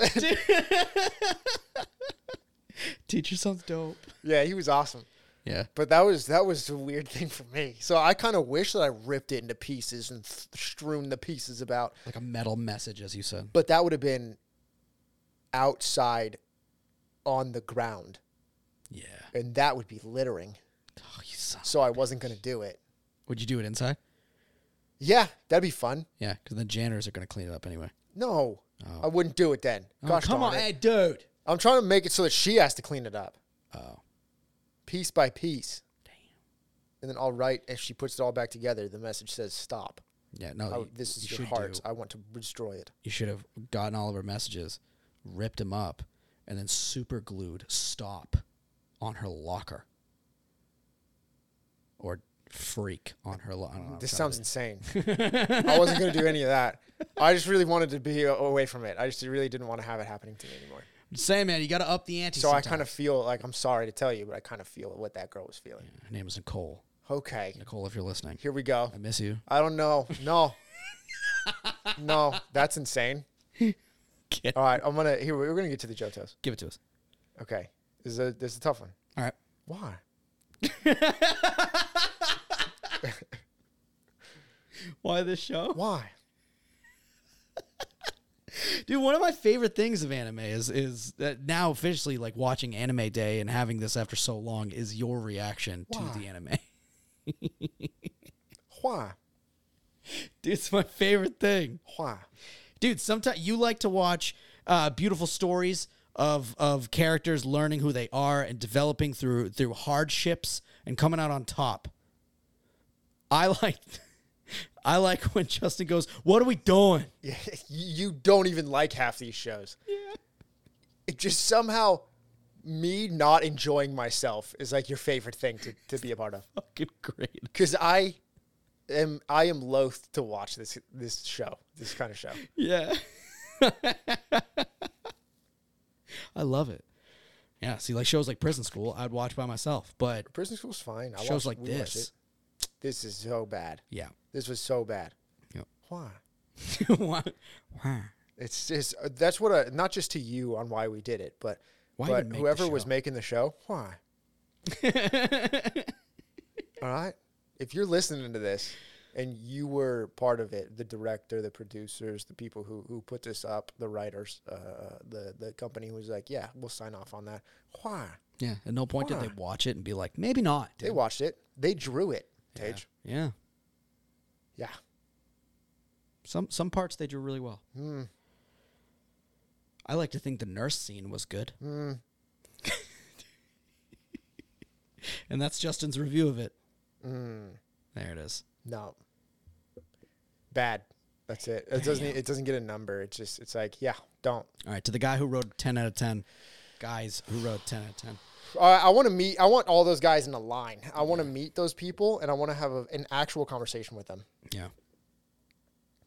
B: (laughs)
A: Teacher sounds dope.
B: yeah, he was awesome.
A: Yeah.
B: But that was that was a weird (laughs) thing for me. So I kind of wish that I ripped it into pieces and th- strewn the pieces about.
A: Like a metal message, as you said.
B: But that would have been outside on the ground,
A: Yeah.
B: and that would be littering.
A: Oh, you son.
B: So I wasn't gonna do it.
A: Would you do it inside?
B: Yeah, that'd be fun.
A: Yeah, because the janitors are gonna clean it up anyway.
B: No, I wouldn't do it then.
A: Oh,
B: Gosh
A: come
B: darn
A: on,
B: it.
A: hey, dude.
B: I'm trying to make it so that she has to clean it up
A: Oh,
B: piece by piece.
A: damn.
B: And then I'll write, if she puts it all back together, the message says, stop.
A: Yeah, no.
B: I-
A: you-
B: Oh, this is
A: you
B: your
A: should
B: heart.
A: do-
B: I want to destroy it.
A: you should have gotten all of her messages, ripped them up, and then super glued stop on her locker. Or freak on her locker.
B: This sounds insane. I wasn't going to do any of that. I just really wanted to be a- away from it. I just really didn't want to have it happening to me anymore.
A: Sam, man, you got to up the ante.
B: So I kind of feel like I'm sorry to tell you, but I kind of feel what that girl was feeling.
A: Her name is Nicole.
B: Okay,
A: Nicole, if you're listening,
B: here we go.
A: I miss you.
B: I don't know. No. no, that's insane.
A: Kid.
B: All right, I'm going to, here, we're going to get to the Johtos.
A: Give it to us.
B: Okay. This is a, this is a tough one.
A: All right.
B: Why?
A: Why this show?
B: Why?
A: Dude, one of my favorite things of anime is is that now officially like watching anime day and having this after so long is your reaction
B: Why?
A: to the anime.
B: Why?
A: Dude, it's my favorite thing.
B: Why?
A: dude. Sometimes you like to watch uh, beautiful stories of of characters learning who they are and developing through through hardships and coming out on top. I (laughs) like, I like when Justin goes, "What are we doing?"
B: (laughs) You- you don't even like half these shows. Yeah. It just somehow me not enjoying myself is like your favorite thing to, to be a part of.
A: (laughs) Fucking great.
B: Because I am I am loath to watch this this show, this kind of show.
A: Yeah. (laughs) I love it. Yeah, see, like shows like Prison School, I'd watch by myself, but
B: Prison School's fine. I
A: shows
B: watched-
A: like
B: we watched
A: this,
B: it. This is so bad.
A: yeah. (laughs)
B: This was so bad.
A: Yep.
B: Why?
A: why, why?
B: It's just uh, that's what I, not just to you on why we did it, but
A: Why
B: but
A: even make the
B: whoever was
A: show?
B: making the show, why? All right. If you're listening to this and you were part of it, the director, the producers, the people who, who put this up, the writers, uh, the the company was like, yeah, we'll sign off on that. Why?
A: (laughs) Yeah, at no point
B: Why?
A: did they watch it and be like, maybe not.
B: They watched it. They drew it. Tage.
A: Yeah.
B: Yeah.
A: Some some parts they drew really well. I like to think the nurse scene was good.
B: Hmm. Mm,
A: and that's Justin's review of it. There it is.
B: No. Bad. That's it. It doesn't. e, It doesn't get a number. It's just. It's like, yeah, don't.
A: All right, to the guy who wrote 10 out of 10. Guys who wrote 10 out of 10.
B: I, I want to meet. I want all those guys in a line. I want to meet those people, and I want to have a, an actual conversation with them.
A: Yeah.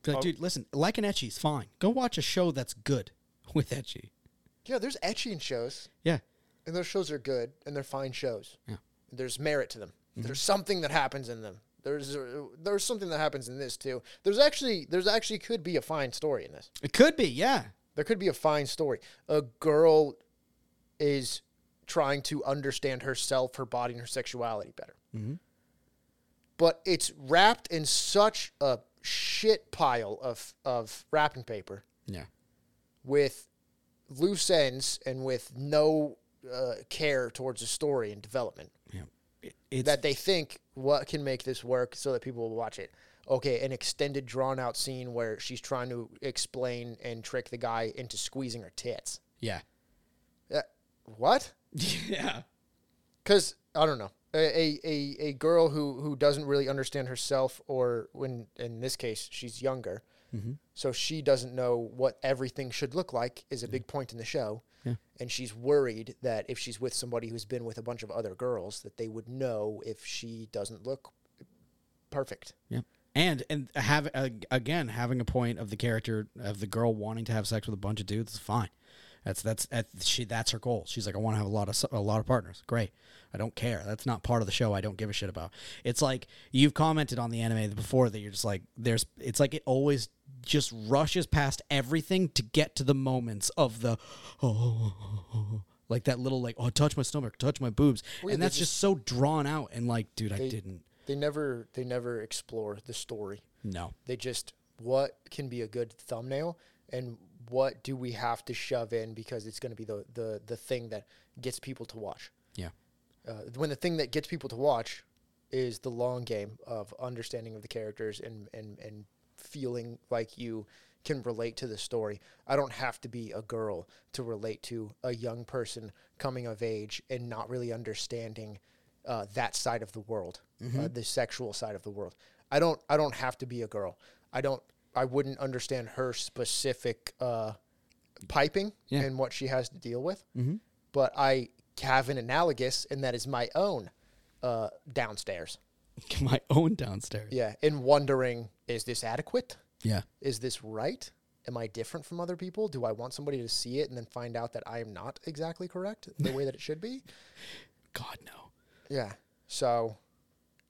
A: Be Like, dude, listen, like an etchy's fine. Go watch a show that's good (laughs) with etchy.
B: Yeah, there's etching shows,
A: Yeah.
B: and those shows are good, and they're fine shows.
A: Yeah.
B: There's merit to them. There's something that happens in them. There's uh, there's something that happens in this too. There's actually there's actually could be a fine story in this.
A: It could be, yeah.
B: There could be a fine story. A girl is trying to understand herself, her body, and her sexuality better. But it's wrapped in such a shit pile of, of wrapping paper
A: Yeah.
B: with loose ends and with no uh, care towards the story and development
A: Yeah. It, it's
B: that they think what can make this work so that people will watch it. Okay, an extended, drawn out scene where she's trying to explain and trick the guy into squeezing her tits.
A: yeah. (laughs)
B: Uh, what?
A: yeah.
B: Because I don't know. A, a, a, a girl who, who doesn't really understand herself, or when in this case she's younger, so she doesn't know what everything should look like, is a big point in the show.
A: Yeah.
B: And she's worried that if she's with somebody who's been with a bunch of other girls, that they would know if she doesn't look perfect.
A: Yeah. And and have uh, again having a point of the character of the girl wanting to have sex with a bunch of dudes is fine. That's that's that's she that's her goal. She's like I want to have a lot of s- a lot of partners. Great. I don't care. That's not part of the show. I don't give a shit about. It's like you've commented on the anime before that you're just like there's it's like it always just rushes past everything to get to the moments of the (laughs) oh like that little like oh touch my stomach, touch my boobs. and that's just, so drawn out and like dude, I didn't.
B: They never they never explore the story.
A: No.
B: They just what can be a good thumbnail and what do we have to shove in because it's going to be the, the the thing that gets people to watch.
A: Yeah.
B: Uh, when the thing that gets people to watch is the long game of understanding of the characters and and and feeling like you can relate to the story. I don't have to be a girl to relate to a young person coming of age and not really understanding uh, that side of the world, uh, the sexual side of the world. I don't. I don't have to be a girl. I don't. I wouldn't understand her specific uh, piping
A: Yeah.
B: and what she has to deal with. But I have an analogous, and that is my own uh, downstairs.
A: (laughs) My own downstairs.
B: Yeah, and wondering is this adequate?
A: Yeah.
B: Is this right? Am I different from other people? Do I want somebody to see it and then find out that I am not exactly correct the way that it should be?
A: God no.
B: Yeah. So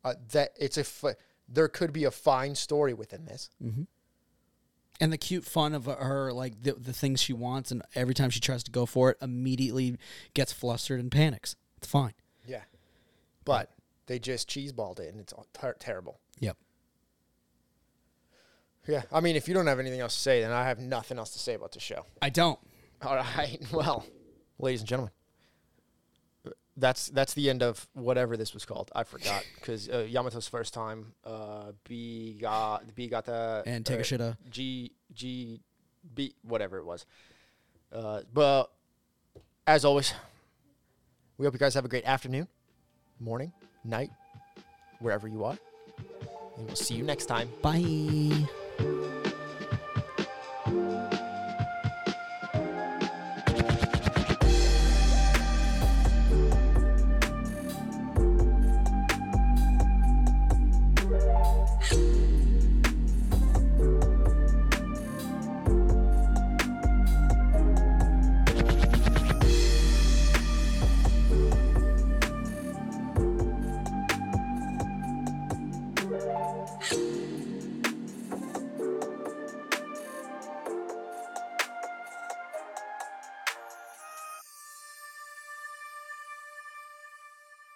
B: uh, that it's a f- there could be a fine story within this.
A: And the cute fun of her, like the the things she wants, and every time she tries to go for it, immediately gets flustered and panics. It's fine.
B: Yeah. But they just cheeseballed it and it's all ter- terrible.
A: Yep.
B: Yeah. I mean, if you don't have anything else to say, then I have nothing else to say about the show.
A: I don't.
B: All
A: (laughs)
B: right. Well, ladies and gentlemen, that's that's the end of whatever this was called.
A: (laughs)
B: I forgot because uh, Yamato's first time. Uh, B got B got the
A: And take a
B: or
A: shit, uh.
B: G G B whatever it was. Uh, but as always, we hope you guys have a great afternoon, morning, night, wherever you are, and we'll see you next time.
A: Bye.